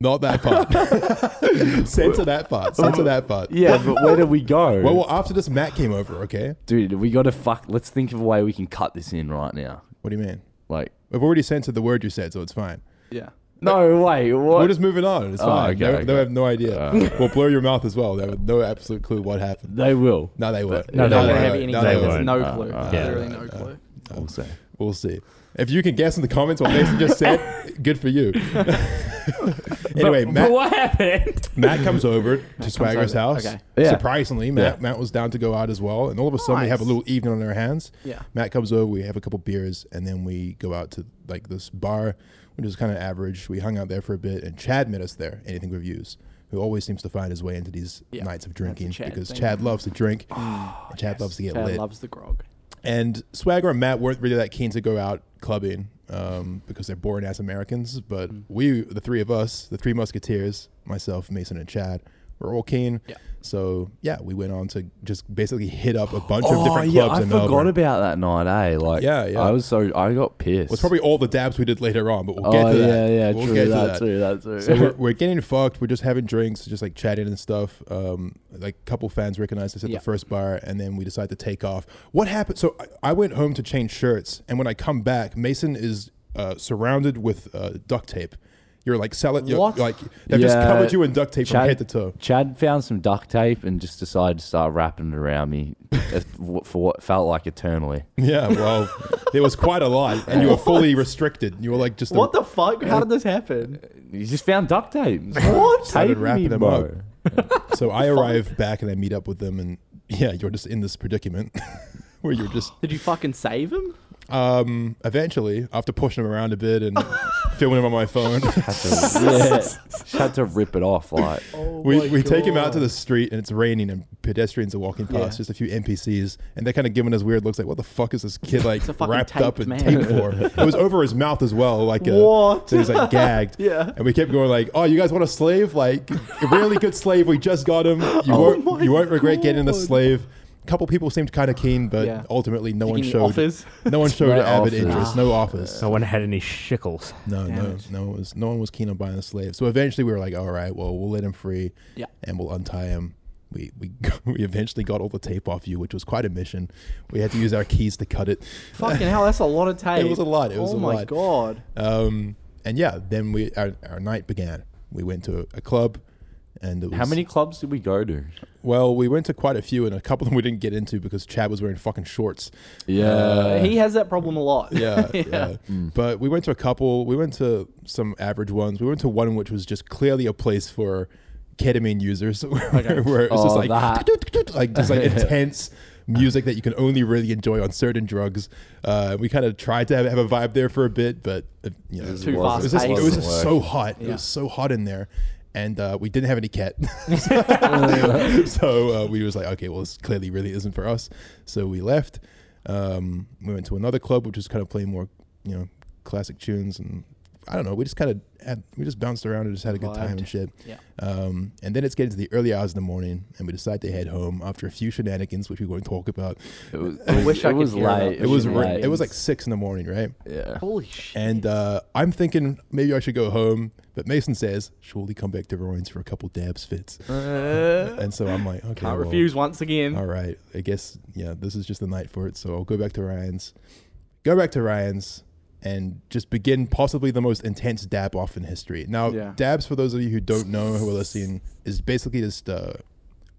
Speaker 1: Not that part. Censor that part. Censor that part.
Speaker 4: Yeah, but where do we go?
Speaker 1: Well, well, after this, Matt came over. Okay.
Speaker 4: Dude, we gotta fuck. Let's think of a way we can cut this in right now.
Speaker 1: What do you mean?
Speaker 4: Like,
Speaker 1: I've already censored the word you said, so it's fine.
Speaker 3: Yeah.
Speaker 4: no, wait, what?
Speaker 1: We're just moving on. It's
Speaker 4: Oh,
Speaker 1: fine.
Speaker 4: okay,
Speaker 1: they,
Speaker 4: okay. Uh.
Speaker 1: they have no idea. we'll blur your mouth as well. They have no absolute clue what happened.
Speaker 4: they will.
Speaker 1: No, they won't.
Speaker 2: No, they
Speaker 3: Not
Speaker 2: won't.
Speaker 3: gonna have
Speaker 1: won't.
Speaker 3: any
Speaker 1: No,
Speaker 3: clue.
Speaker 1: they
Speaker 2: clues.
Speaker 1: won't.
Speaker 3: No clue.
Speaker 4: uh,
Speaker 3: Literally
Speaker 1: uh,
Speaker 3: no
Speaker 1: uh,
Speaker 3: clue.
Speaker 4: Also.
Speaker 1: We'll see. If you can guess in the comments what Mason just said, good for you. anyway,
Speaker 2: But
Speaker 1: Matt,
Speaker 2: what happened?
Speaker 1: Matt comes over to Swagger's
Speaker 3: over,
Speaker 1: house.
Speaker 3: okay.
Speaker 4: Yeah.
Speaker 1: Surprisingly, Matt,
Speaker 4: Yeah.
Speaker 1: Matt was down to go out as well. And all of a sudden, we have a
Speaker 3: Nice.
Speaker 1: little evening on our hands.
Speaker 3: Yeah.
Speaker 1: Matt comes over, we have a couple beers, and then we go out to like this bar, which is kind of average. We hung out there for a bit, and Chad met us there, Anything Reviews, who always seems to find his way into these
Speaker 3: Yeah.
Speaker 1: nights of
Speaker 3: That's a
Speaker 1: drinking
Speaker 3: Chad
Speaker 1: because
Speaker 3: thing.
Speaker 1: Chad loves to drink. and Chad loves to get
Speaker 3: Chad
Speaker 1: lit.
Speaker 3: loves the grog.
Speaker 1: And Swagger and Matt weren't really that keen to go out clubbing um, because they're boring ass Americans. But
Speaker 4: Hmm.
Speaker 1: we, the three of us, the three Musketeers, myself, Mason, and Chad, were all keen.
Speaker 3: Yeah.
Speaker 1: So yeah, we went on to just basically hit up a bunch of
Speaker 4: Oh,
Speaker 1: different
Speaker 4: yeah,
Speaker 1: clubs
Speaker 4: I
Speaker 1: in
Speaker 4: forgot
Speaker 1: Melbourne.
Speaker 4: about that night, eh? Like,
Speaker 1: Yeah, yeah.
Speaker 4: I was so, I got pissed.
Speaker 1: It's probably all the dabs we did later on, but we'll
Speaker 4: oh,
Speaker 1: get to
Speaker 4: yeah,
Speaker 1: that.
Speaker 4: yeah,
Speaker 1: we'll
Speaker 4: true,
Speaker 1: get to
Speaker 4: that,
Speaker 1: that.
Speaker 4: true, that, true.
Speaker 1: So we're, we're getting fucked. We're just having drinks, just like chatting and stuff. Um, like a couple fans recognized us at
Speaker 3: Yeah.
Speaker 1: the first bar, and then we decide to take off. What happened? So I, I went home to change shirts, and when I come back, Mason is uh, surrounded with uh, duct tape. You're like selling. You're,
Speaker 3: What?
Speaker 1: Like they've just
Speaker 4: Yeah.
Speaker 1: covered you in duct tape from
Speaker 4: Chad-
Speaker 1: head to toe.
Speaker 4: Chad found some duct tape and just decided to start wrapping it around me as- wh- for what felt like eternally.
Speaker 1: Yeah, well, there was quite a lot, and you were fully restricted. You were like just
Speaker 3: What
Speaker 1: a,
Speaker 3: the fuck? How did this happen?
Speaker 4: He just found duct tape.
Speaker 3: What?
Speaker 1: Started
Speaker 4: Taping
Speaker 1: wrapping
Speaker 4: me,
Speaker 1: them
Speaker 4: bro.
Speaker 1: up. so I arrive back and I meet up with them, and yeah, you're just in this predicament where you're just
Speaker 3: Did you fucking save him?
Speaker 1: Um, eventually, after pushing him around a bit and filming him on my phone,
Speaker 3: Oh
Speaker 4: Had to, yeah, just had to rip it off. Like,
Speaker 3: Oh
Speaker 1: we, we take him out to the street and it's raining and pedestrians are walking past,
Speaker 3: Yeah.
Speaker 1: just a few NPCs, and they're kind of giving us weird looks like, what the fuck is this kid like
Speaker 3: a fucking
Speaker 1: wrapped up
Speaker 3: taped
Speaker 1: in
Speaker 3: man.
Speaker 1: tape for? it was over his mouth as well, like a,
Speaker 3: What?
Speaker 1: so he's like gagged.
Speaker 3: Yeah.
Speaker 1: and we kept going like, oh, you guys want a slave? Like a really good slave. We just got him. You
Speaker 3: Oh my
Speaker 1: won't you won't regret getting a
Speaker 3: God.
Speaker 1: slave. A couple people seemed kind of keen, but
Speaker 3: Yeah.
Speaker 1: ultimately no
Speaker 3: Did
Speaker 1: one
Speaker 3: he
Speaker 1: showed
Speaker 3: offers?
Speaker 1: no one showed
Speaker 4: No
Speaker 1: avid
Speaker 4: offers.
Speaker 1: interest, no offers.
Speaker 2: No one had any shickles.
Speaker 1: No,
Speaker 3: Damn
Speaker 1: no,
Speaker 3: it.
Speaker 1: no one was no one was keen on buying a slave. So eventually we were like, all right, well we'll let him free,
Speaker 3: Yeah.
Speaker 1: and we'll untie him. We we we eventually got all the tape off you, which was quite a mission. We had to use our keys to cut it.
Speaker 3: Fucking hell, that's a lot of tape.
Speaker 1: It was a lot, it was
Speaker 3: oh
Speaker 1: a
Speaker 3: my
Speaker 1: lot. Uh,
Speaker 3: god.
Speaker 1: Um, and yeah, then we our, our night began. We went to a, a club. and it was
Speaker 4: How many clubs did we go to?
Speaker 1: Well, we went to quite a few, and a couple of them we didn't get into because Chad was wearing fucking shorts.
Speaker 4: Yeah.
Speaker 3: he has that problem a lot.
Speaker 1: Yeah, yeah. But we went to a couple. We went to some average ones. We went to one which was just clearly a place for ketamine users, where, where it was
Speaker 4: Oh,
Speaker 1: just like
Speaker 4: that.
Speaker 1: like just like intense music that you can only really enjoy on certain drugs. Uh, we kind of tried to have, have a vibe there for a bit, but uh, you know,
Speaker 3: Too
Speaker 1: it was- It
Speaker 3: fast
Speaker 1: was just,
Speaker 3: paced.
Speaker 1: it was
Speaker 4: Doesn't
Speaker 1: just
Speaker 4: work.
Speaker 1: so hot. It
Speaker 3: Yeah.
Speaker 1: was so hot in there. And uh, we didn't have any ket, so uh, we was like, okay, well, this clearly really isn't for us. So we left. Um, we went to another club, which was kind of playing more, you know, classic tunes, and I don't know. We just kind of had, we just bounced around and just had a good time
Speaker 3: Vibed.
Speaker 1: and shit.
Speaker 3: Yeah.
Speaker 1: Um, and then it's getting to the early hours of the morning, and we decide to head home after a few shenanigans, which we won't talk about. Uh,
Speaker 4: It was,
Speaker 3: I wish I
Speaker 4: it
Speaker 3: could
Speaker 4: was
Speaker 3: hear
Speaker 4: late.
Speaker 3: that.
Speaker 1: It was
Speaker 4: late.
Speaker 1: it was like six in the morning, right?
Speaker 4: yeah.
Speaker 3: Holy shit.
Speaker 1: And uh, I'm thinking maybe I should go home, but Mason says, "Surely come back to Rowan's for a couple dabs fits."
Speaker 3: Uh,
Speaker 1: And so I'm like, "Okay,
Speaker 3: can't
Speaker 1: well,
Speaker 3: refuse once again.
Speaker 1: All right, I guess yeah, this is just the night for it. So I'll go back to Ryan's, go back to Ryan's, and just begin possibly the most intense dab off in history. Now,
Speaker 3: Yeah.
Speaker 1: dabs for those of you who don't know who are listening is basically just uh,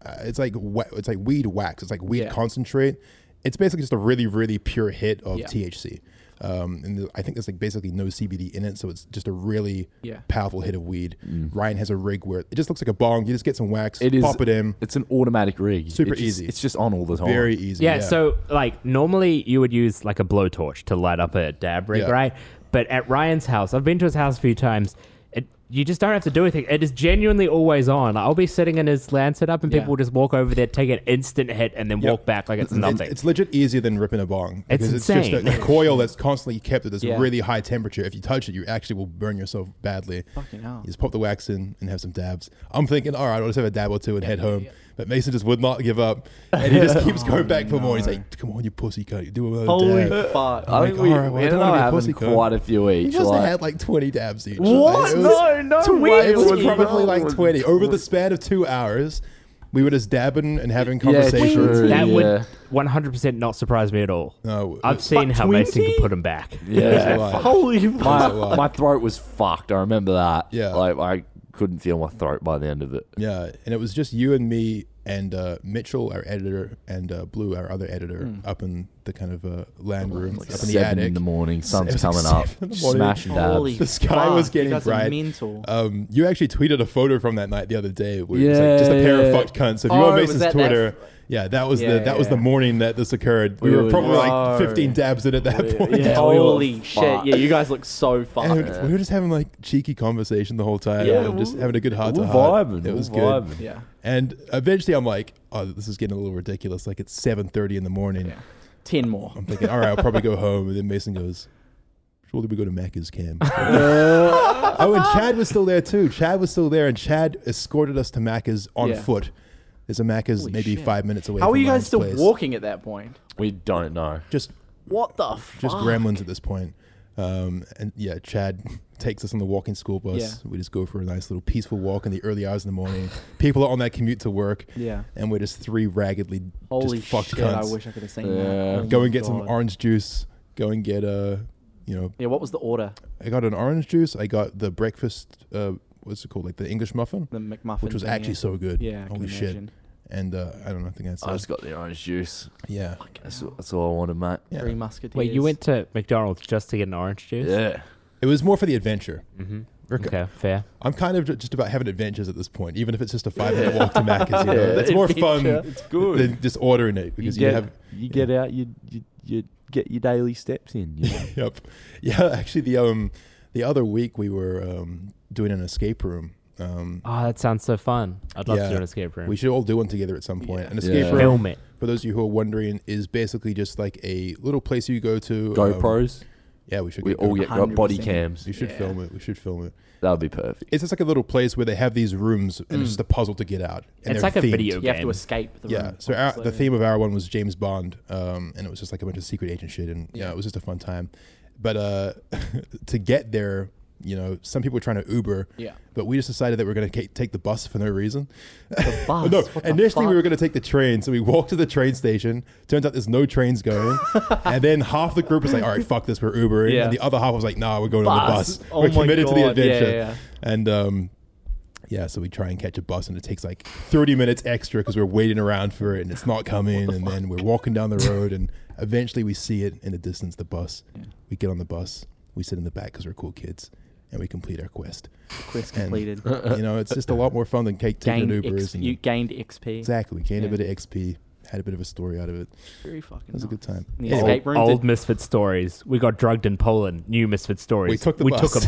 Speaker 1: uh, it's like wa- it's like weed wax. It's like weed
Speaker 3: Yeah.
Speaker 1: concentrate. It's basically just a really really pure hit of
Speaker 3: Yeah.
Speaker 1: THC. Um, and th- I think there's like basically no CBD in it, so it's just a really
Speaker 3: Yeah.
Speaker 1: powerful hit of weed. Ryan has a rig where it just looks like a bong. You just get some wax,
Speaker 4: It is-
Speaker 1: pop it in,
Speaker 4: It's an automatic rig.
Speaker 1: Super
Speaker 4: It's just-
Speaker 1: easy.
Speaker 4: It's just on all the time.
Speaker 1: very easy.
Speaker 2: Yeah, so like normally you would use like a blowtorch to light up a dab rig,
Speaker 1: Yeah.
Speaker 2: right? But at Ryan's house, I've been to his house a few times. It, you just don't have to do anything. It is genuinely always on. I'll be sitting in his land setup, and people
Speaker 3: Yeah.
Speaker 2: will just walk over there, take an instant hit, and then
Speaker 1: Yep.
Speaker 2: walk back like it's
Speaker 1: It's-
Speaker 2: nothing.
Speaker 1: It's legit easier than ripping a bong.
Speaker 2: It's
Speaker 1: because It's just
Speaker 2: insane.
Speaker 1: a, a coil that's constantly kept at this
Speaker 3: Yeah.
Speaker 1: really high temperature. If you touch it, you actually will burn yourself badly.
Speaker 3: Fucking hell.
Speaker 1: You just pop the wax in and have some dabs. I'm thinking, all right, I'll just have a dab or two and head home. But Mason just would not give up, and he just keeps going back for more. He's like, "Come on, you pussy cunt, you do another
Speaker 3: Holy
Speaker 1: dab."
Speaker 3: fuck.
Speaker 4: I think
Speaker 1: Like,
Speaker 4: we,
Speaker 1: all right, well, I
Speaker 4: we ended
Speaker 1: don't wanna
Speaker 4: up
Speaker 1: be a
Speaker 4: having
Speaker 1: pussy cunt.
Speaker 4: quite a few
Speaker 1: He
Speaker 4: each.
Speaker 1: must have
Speaker 4: like-
Speaker 1: had like 20 dabs each.
Speaker 4: What?
Speaker 1: Like, it was-
Speaker 4: No, no
Speaker 3: It's
Speaker 4: way
Speaker 3: weird.
Speaker 1: it was
Speaker 4: It was
Speaker 1: probably like
Speaker 4: probably
Speaker 1: 20 over the span of two hours. We were just dabbing and having conversations.
Speaker 4: true.
Speaker 2: that
Speaker 4: yeah.
Speaker 2: would 100% not surprise me at all.
Speaker 1: No,
Speaker 2: I've
Speaker 1: it's-
Speaker 2: seen
Speaker 3: But
Speaker 2: how Mason
Speaker 3: 20?
Speaker 2: can put him back.
Speaker 1: It
Speaker 4: Yeah.
Speaker 1: was a lot.
Speaker 3: Holy fuck.
Speaker 4: My, my throat was fucked. I remember that.
Speaker 1: Yeah.
Speaker 4: Like, I couldn't feel my throat by the end of it.
Speaker 1: Yeah, and it was just you and me and uh, Mitchell, our editor, and uh, Blue, our other editor, up in the kind of uh, land room, up in the
Speaker 4: Hmm. Seven
Speaker 1: attic.
Speaker 4: in the morning, sun's
Speaker 1: It was like
Speaker 4: coming
Speaker 1: seven
Speaker 4: up,
Speaker 1: in the morning.
Speaker 4: smashing
Speaker 3: Holy
Speaker 4: dabs.
Speaker 1: The sky was
Speaker 3: fuck,
Speaker 1: getting
Speaker 3: you guys
Speaker 1: bright.
Speaker 3: Are mental.
Speaker 1: um, you actually tweeted a photo from that night the other day. Where it was like just a
Speaker 4: Yeah,
Speaker 1: pair of
Speaker 4: yeah.
Speaker 1: fucked cunts. So if you go
Speaker 3: Oh,
Speaker 1: on
Speaker 3: was
Speaker 1: Mason's
Speaker 3: that that
Speaker 1: Twitter, yeah, that was the
Speaker 3: Yeah,
Speaker 1: that was the
Speaker 3: yeah.
Speaker 1: morning that this occurred. We were
Speaker 4: Dude.
Speaker 1: probably like
Speaker 4: Whoa.
Speaker 1: 15 dabs in at that point.
Speaker 4: yeah.
Speaker 3: Holy
Speaker 4: Holy
Speaker 3: shit.
Speaker 4: fuck.
Speaker 3: Yeah, you guys look so
Speaker 1: And
Speaker 3: fucked.
Speaker 1: we were just having like cheeky conversation the whole time.
Speaker 3: Yeah,
Speaker 1: and just
Speaker 4: we-
Speaker 1: having a good heart to
Speaker 4: We're
Speaker 1: heart.
Speaker 4: vibing.
Speaker 1: It was
Speaker 4: we're
Speaker 1: good.
Speaker 4: vibing.
Speaker 3: Yeah.
Speaker 1: And eventually, I'm like, oh, this is getting a little ridiculous. Like it's 7:30 in the morning.
Speaker 3: Yeah. Ten more.
Speaker 1: I'm thinking, all right, I'll probably go home. And then Mason goes, surely we go to Macca's camp. oh, and Chad was still there too. Chad was still there, and Chad escorted us to Macca's on
Speaker 3: Yeah.
Speaker 1: foot. There's a Macca's
Speaker 3: Holy
Speaker 1: maybe
Speaker 3: shit.
Speaker 1: five minutes away.
Speaker 3: How
Speaker 1: from
Speaker 3: are you
Speaker 1: Ryan's
Speaker 3: guys still
Speaker 1: place.
Speaker 3: walking at that point?
Speaker 4: We don't know.
Speaker 1: Just,
Speaker 3: What the fuck?
Speaker 1: just gremlins at this point. Um, and yeah, Chad takes us on the walking school bus. We just go for a nice little peaceful walk in the early hours in the morning. People are on that commute to work,
Speaker 3: Yeah.
Speaker 1: and we're just three raggedly
Speaker 3: Holy
Speaker 1: just fucked
Speaker 3: shit!
Speaker 1: cunts.
Speaker 3: I wish I could have seen
Speaker 4: Yeah.
Speaker 3: that. Oh
Speaker 1: go
Speaker 3: my
Speaker 1: and get some
Speaker 3: God.
Speaker 1: orange juice. Go and get uh, you know,
Speaker 3: Yeah. What was the order?
Speaker 1: I got an orange juice. I got the breakfast. Uh, what's it called? Like the English muffin,
Speaker 3: The McMuffin.
Speaker 1: which was
Speaker 3: thing,
Speaker 1: actually
Speaker 3: yeah.
Speaker 1: so good.
Speaker 3: Yeah, I can
Speaker 1: holy shit.
Speaker 3: imagine.
Speaker 1: And uh, I don't know. I think that's
Speaker 4: I
Speaker 1: it.
Speaker 4: just Oh, got the orange juice.
Speaker 1: yeah.
Speaker 4: That's, that's all I wanted, mate.
Speaker 1: Yeah.
Speaker 3: Three musketeers.
Speaker 2: Wait, you went to McDonald's just to get an orange juice? Mm-hmm.
Speaker 4: Yeah.
Speaker 1: It was more for the adventure. Okay.
Speaker 2: Okay, fair.
Speaker 1: I'm kind of ju- just about having adventures at this point, even if it's just a five minute walk to Macca's. You know?
Speaker 4: Yeah.
Speaker 1: It's more fun
Speaker 3: Adventure.
Speaker 4: It's
Speaker 1: than just ordering it because you, have.
Speaker 4: you get out, you, you you get your daily steps in. You know?
Speaker 1: Yep. Yeah. Actually, the um, the other week we were um doing an escape room. Um,
Speaker 2: Oh, that sounds so fun. I'd love
Speaker 1: Yeah.
Speaker 2: to do an escape room.
Speaker 1: we should all do one together at some point. An escape
Speaker 4: Yeah.
Speaker 1: room.
Speaker 2: Film it.
Speaker 1: for those of you who are wondering, is basically just like a little place you go to. um,
Speaker 4: GoPros.
Speaker 1: yeah, we should.
Speaker 4: we all get got body
Speaker 3: 100%.
Speaker 4: cams.
Speaker 1: We should
Speaker 3: yeah.
Speaker 1: film it. We should film it.
Speaker 4: That would be perfect.
Speaker 1: It's just like a little place where they have these rooms and it's just a puzzle to get out. And
Speaker 2: Mm. It's
Speaker 1: they're
Speaker 2: like a
Speaker 1: themed.
Speaker 2: video
Speaker 3: You have to
Speaker 2: game.
Speaker 3: escape the
Speaker 1: Yeah.
Speaker 3: room.
Speaker 1: So our, the
Speaker 3: obviously.
Speaker 1: theme of our one was James Bond, um, and it was just like a bunch of secret agent shit, and yeah, it was just a fun time. But uh, to get there, you know, some people were trying to Uber.
Speaker 3: Yeah.
Speaker 1: But we just decided that we're gonna ca- take the bus for no reason. The
Speaker 3: bus?
Speaker 1: no,
Speaker 3: What the
Speaker 1: initially we
Speaker 3: fuck?
Speaker 1: were gonna take the train, so we walked to the train station. Turns out there's no trains going, and then half the group was like, "All right, fuck this, we're Ubering,"
Speaker 3: Yeah.
Speaker 1: and the other half was like, "Nah, we're going on the
Speaker 3: Bus.
Speaker 1: bus.
Speaker 3: Oh
Speaker 1: we're
Speaker 3: my
Speaker 1: committed to the
Speaker 3: God. Yeah,
Speaker 1: adventure."
Speaker 3: yeah, yeah.
Speaker 1: And um, yeah, so we try and catch a bus, and it takes like 30 minutes extra because we're waiting around for it, and it's not coming. and then we're walking down the road, and eventually we see it in the distance, the bus. We get on the bus, we sit in the back because we're cool kids, and we complete our quest.
Speaker 3: Quest
Speaker 1: And,
Speaker 3: completed.
Speaker 1: you know, it's just a lot more fun than cake taking
Speaker 3: gained
Speaker 1: an Ubers.
Speaker 3: X,
Speaker 1: and,
Speaker 3: uh, you gained XP.
Speaker 1: exactly, gained
Speaker 3: Yeah.
Speaker 1: a bit of XP, had a bit of a story out of it.
Speaker 3: Very fucking.
Speaker 1: It was a good time. Oh,
Speaker 3: The
Speaker 1: Anyway,
Speaker 3: escape room.
Speaker 2: Old
Speaker 3: did-
Speaker 2: misfit stories. We got drugged in Poland. New misfit stories.
Speaker 1: We took the bus.
Speaker 2: a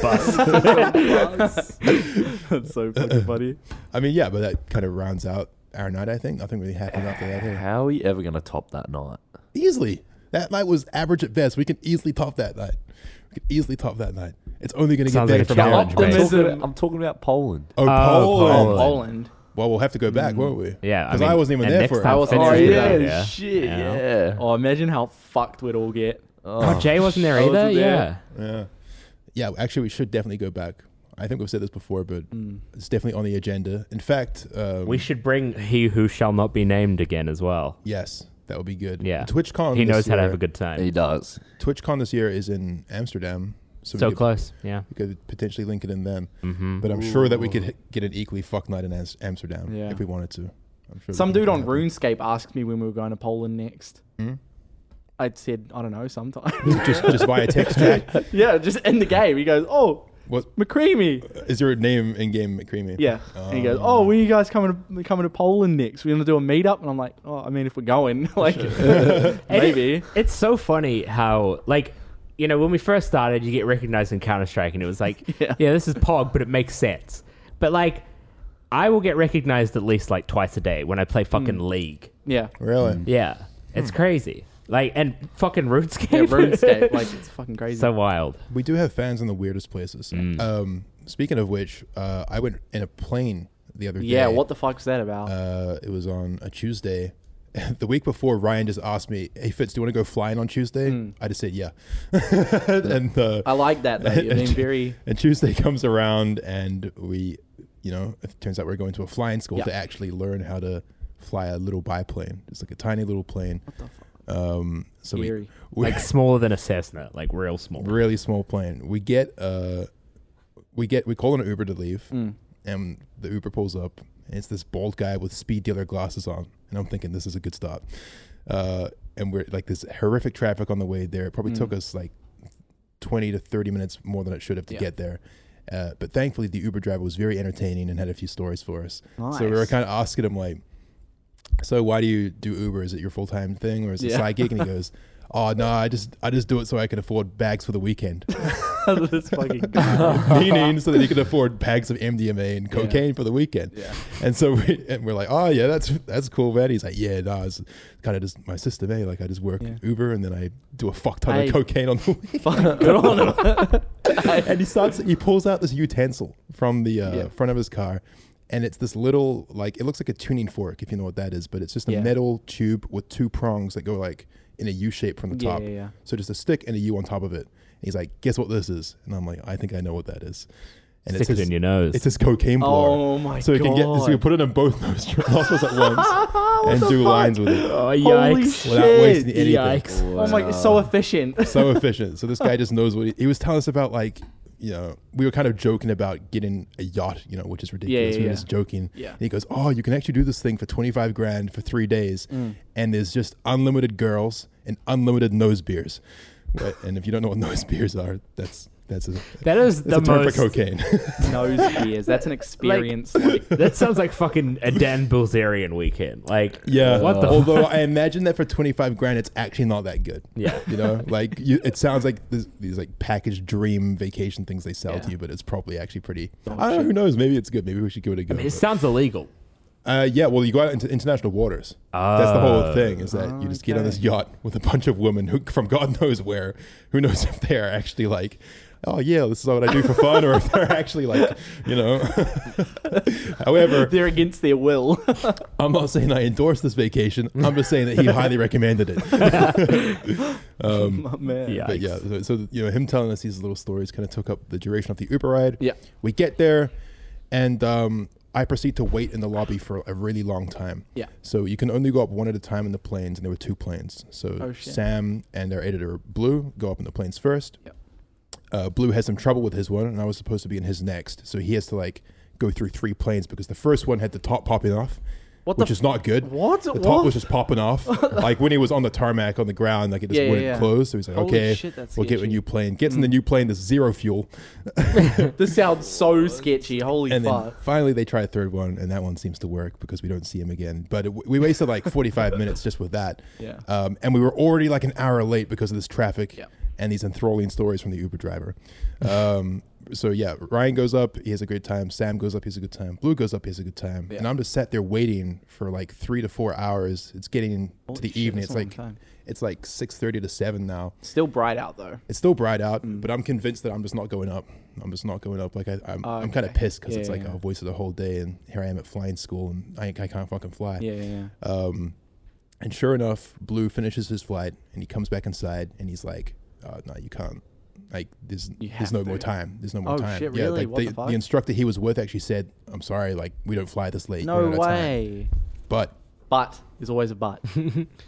Speaker 2: bus.
Speaker 3: That's so fucking funny.
Speaker 1: I mean, yeah, but that kind of rounds out our night. I think nothing really happened after that. Here.
Speaker 4: How are you ever going to top that night?
Speaker 1: Easily, that night was average at best. We can easily top that night. We can easily top that night. It's only going to get
Speaker 2: Sounds
Speaker 1: better
Speaker 2: like a
Speaker 1: from
Speaker 2: challenge,
Speaker 1: here.
Speaker 4: I'm
Speaker 2: mate.
Speaker 4: talking, about, I'm talking about Poland.
Speaker 1: Oh,
Speaker 2: Oh,
Speaker 1: Poland.
Speaker 2: Poland.
Speaker 3: Poland.
Speaker 1: Well, we'll have to go back, won't we?
Speaker 2: Yeah, I
Speaker 1: because I,
Speaker 2: mean,
Speaker 1: wasn't even
Speaker 2: and
Speaker 1: there
Speaker 2: next
Speaker 1: for it.
Speaker 2: time-
Speaker 3: wasn't
Speaker 2: Oh,
Speaker 3: there either.
Speaker 2: yeah.
Speaker 4: shit,
Speaker 2: Yeah.
Speaker 3: Oh, imagine how fucked we'd all get.
Speaker 2: Oh, Jay wasn't there
Speaker 3: I
Speaker 2: either.
Speaker 3: wasn't there.
Speaker 2: Yeah.
Speaker 1: yeah, yeah. Actually, we should definitely go back. I think we've said this before, but it's definitely on the agenda. In fact, um,
Speaker 2: We should bring he who shall not be named again as well.
Speaker 1: yes, that would be good.
Speaker 2: Yeah.
Speaker 1: TwitchCon.
Speaker 2: He
Speaker 1: this
Speaker 2: knows how to
Speaker 1: year-
Speaker 2: have a good time.
Speaker 4: He does.
Speaker 1: TwitchCon this year is in Amsterdam, so,
Speaker 2: So
Speaker 1: we could,
Speaker 2: close. Yeah.
Speaker 1: we could potentially link it in then. But I'm sure that we could h- get an equally fuck night in Ams- Amsterdam
Speaker 3: Yeah.
Speaker 1: if we wanted to. I'm sure we
Speaker 3: Some
Speaker 1: can
Speaker 3: dude
Speaker 1: make
Speaker 3: on
Speaker 1: that
Speaker 3: RuneScape asked me when we were going to Poland next.
Speaker 1: Hmm?
Speaker 3: I said, I don't know, sometime.
Speaker 1: happen. just just via text chat.
Speaker 3: yeah, just in the game. He goes, Oh,
Speaker 1: What
Speaker 3: McCreamy.
Speaker 1: is your name in game, McCreamy?
Speaker 3: Yeah. and he goes, Oh, when are you guys coming to, coming to Poland next? We're going to do a meetup. And I'm like, Oh, I mean, if we're going, like, maybe.
Speaker 2: It's so funny how, like, you know, when we first started, you get recognized in Counter Strike, and it was like,
Speaker 3: Yeah.
Speaker 2: yeah. this is Pog, but it makes sense. But, like, I will get recognized at least, like, twice a day when I play fucking
Speaker 3: Hmm.
Speaker 2: League.
Speaker 3: Yeah.
Speaker 1: Really?
Speaker 2: Yeah. It's crazy. Like, and fucking RuneScape.
Speaker 3: Hmm. Yeah, RuneScape. like, it's fucking crazy.
Speaker 2: so wild.
Speaker 1: We do have fans in the weirdest places. Um, speaking of which, uh, I went in a plane the other
Speaker 3: yeah,
Speaker 1: day.
Speaker 3: what the fuck's that about?
Speaker 1: uh, it was on a Tuesday. The week before, Ryan just asked me, "Hey Fitz, do you want to go flying on Tuesday?"
Speaker 3: Mm.
Speaker 1: I just said, "Yeah," and uh,
Speaker 3: I like that, though. You're being very.
Speaker 1: And Tuesday comes around, and we, you know, it turns out we're going to a flying school
Speaker 3: Yeah.
Speaker 1: to actually learn how to fly a little biplane. It's like a tiny little plane. Um, so
Speaker 3: Scary.
Speaker 1: we, we
Speaker 2: Like, smaller than a Cessna. Like, real small.
Speaker 1: really small plane. We get uh, we get we call an Uber to leave,
Speaker 3: Hmm.
Speaker 1: and the Uber pulls up, and it's this bald guy with speed dealer glasses on, and I'm thinking this is a good stop. Uh, and we're like this horrific traffic on the way there. It probably
Speaker 3: Hmm.
Speaker 1: took us like 20 to 30 minutes more than it should have to
Speaker 3: Yeah.
Speaker 1: get there. Uh, but thankfully, the Uber driver was very entertaining and had a few stories for us. So we were
Speaker 3: Nice.
Speaker 1: kind of asking him, like, so why do you do Uber? Is it your full time thing or is it
Speaker 3: Yeah.
Speaker 1: a side gig? And he goes, oh no, I just I just do it so I can afford bags for the weekend,
Speaker 3: That's fucking good.
Speaker 1: meaning so that he can afford bags of MDMA and cocaine for the weekend.
Speaker 3: Yeah.
Speaker 1: And so we, and we're like, oh yeah, that's that's cool, man. He's like, yeah, no, it's kind of just my system, eh? Like I just work
Speaker 3: Yeah.
Speaker 1: Uber and then I do a fuck ton
Speaker 3: I-
Speaker 1: of cocaine on the weekend.
Speaker 3: Fuck, good on him.
Speaker 1: and he starts he pulls out this utensil from the uh,
Speaker 3: Yeah.
Speaker 1: front of his car and it's this little like it looks like a tuning fork if you know what that is but it's just a
Speaker 3: Yeah.
Speaker 1: metal tube with two prongs that go like in a u shape from the
Speaker 3: Yeah,
Speaker 1: top
Speaker 3: yeah, yeah.
Speaker 1: so just a stick and a u on top of it and he's like guess what this is and i'm like i think i know what that is and
Speaker 2: Stick it
Speaker 1: his-
Speaker 2: in your nose.
Speaker 1: it's his cocaine blower
Speaker 3: Oh my
Speaker 1: so he can get so he can
Speaker 3: God.
Speaker 1: put it in both nose nostrils at once and do lines with it
Speaker 2: oh,
Speaker 3: Holy
Speaker 2: yikes.
Speaker 3: shit.
Speaker 1: without wasting anything
Speaker 2: Yikes.
Speaker 3: Oh my, it's so efficient.
Speaker 1: so efficient. So this guy just knows what he, he was telling us about. Like, you know, we were kind of joking about getting a yacht, you know, which is ridiculous.
Speaker 3: yeah,
Speaker 1: we were
Speaker 3: yeah.
Speaker 1: just joking.
Speaker 3: Yeah.
Speaker 1: And he goes, "Oh, you can actually do this thing for twenty five grand for three days,
Speaker 3: Mm.
Speaker 1: and there's just unlimited girls and unlimited nose beers." What- and if you don't know what nose beers are, that's that's a
Speaker 2: That is
Speaker 1: that's
Speaker 2: the
Speaker 1: a term
Speaker 2: most.
Speaker 1: for cocaine.
Speaker 3: nose beers. That's an experience.
Speaker 2: That sounds like fucking a Dan Bilzerian weekend. Like,
Speaker 1: yeah.
Speaker 2: what the
Speaker 1: Although I imagine that for twenty five grand, it's actually not that good.
Speaker 2: Yeah.
Speaker 1: You know, like you, it sounds like this, these like packaged dream vacation things they sell
Speaker 3: Yeah.
Speaker 1: to you, but it's probably actually pretty. I don't know. Who knows? Maybe it's good. Maybe we should give it a go.
Speaker 2: It sounds illegal.
Speaker 1: Uh, yeah. Well, you go out into international waters. That's the whole
Speaker 2: Oh.
Speaker 1: thing. Is that you just get on this yacht with a bunch of women who, from God knows where, who knows if they are actually like. Oh yeah, this is what I do for fun, or if they're actually like, you know. However,
Speaker 3: They're against their will.
Speaker 1: I'm not saying I endorse this vacation. I'm just saying that he highly recommended it.
Speaker 3: My man.
Speaker 2: Yeah.
Speaker 1: But Um, yeah, so, so you know, him telling us these little stories kind of took up the duration of the Uber ride.
Speaker 3: Yeah.
Speaker 1: we get there, and um, I proceed to wait in the lobby for a really long time.
Speaker 3: Yeah.
Speaker 1: So you can only go up one at a time in the planes, and there were two planes. So
Speaker 3: Oh, shit.
Speaker 1: Sam and our editor Blue go up in the planes first.
Speaker 3: Yep.
Speaker 1: Uh, Blue has some trouble with his one, and I was supposed to be in his next, so he has to like go through three planes because the first one had the top popping off.
Speaker 3: What the
Speaker 1: which
Speaker 3: f-
Speaker 1: is not good.
Speaker 3: What?
Speaker 1: The top
Speaker 3: What?
Speaker 1: was just popping off. like when he was on the tarmac on the ground, like it just
Speaker 3: Yeah, yeah,
Speaker 1: wouldn't
Speaker 3: yeah.
Speaker 1: close. So he's like,
Speaker 3: Holy
Speaker 1: okay,
Speaker 3: shit, that's
Speaker 1: we'll get a
Speaker 3: sketchy. Mm.
Speaker 1: new plane. Gets in the new plane, there's zero fuel.
Speaker 3: This sounds so sketchy. Holy
Speaker 1: And then
Speaker 3: fuck.
Speaker 1: finally they try a third one, and that one seems to work because we don't see him again. But it, we wasted like 45 minutes just with that.
Speaker 3: Yeah.
Speaker 1: Um, and we were already like an hour late because of this traffic
Speaker 3: Yeah.
Speaker 1: and these enthralling stories from the Uber driver. Um, so yeah, Ryan goes up, he has a great time. Sam goes up, he has a good time. Blue goes up, he has a good time. And I'm just sat there waiting for like three to four hours. It's getting to the
Speaker 3: shit,
Speaker 1: evening.
Speaker 3: that's
Speaker 1: It's
Speaker 3: a long
Speaker 1: like
Speaker 3: time.
Speaker 1: it's like 6:30 to 7 now.
Speaker 3: Still bright out though.
Speaker 1: It's still bright out,
Speaker 3: Mm.
Speaker 1: but I'm convinced that I'm just not going up. I'm just not going up. Like I, I'm, I'm kind of
Speaker 3: Oh, Okay.
Speaker 1: pissed because it's
Speaker 3: Yeah,
Speaker 1: like
Speaker 3: yeah.
Speaker 1: I've wasted the whole day, and here I am at flying school, and I, I can't fucking fly.
Speaker 3: Yeah, yeah, yeah.
Speaker 1: Um, and sure enough, Blue finishes his flight, and he comes back inside, and he's like, uh, "No, you can't. Like there's
Speaker 3: You
Speaker 1: there's
Speaker 3: have
Speaker 1: no
Speaker 3: to.
Speaker 1: more time. There's no more
Speaker 3: Oh,
Speaker 1: time.
Speaker 3: shit,
Speaker 1: yeah,
Speaker 3: really?
Speaker 1: like
Speaker 3: What the
Speaker 1: the,
Speaker 3: fuck?
Speaker 1: the instructor he was with actually said, "I'm sorry, like we don't fly this late.
Speaker 3: No
Speaker 1: We're out of time."
Speaker 3: way.
Speaker 1: But
Speaker 3: But there's always a but.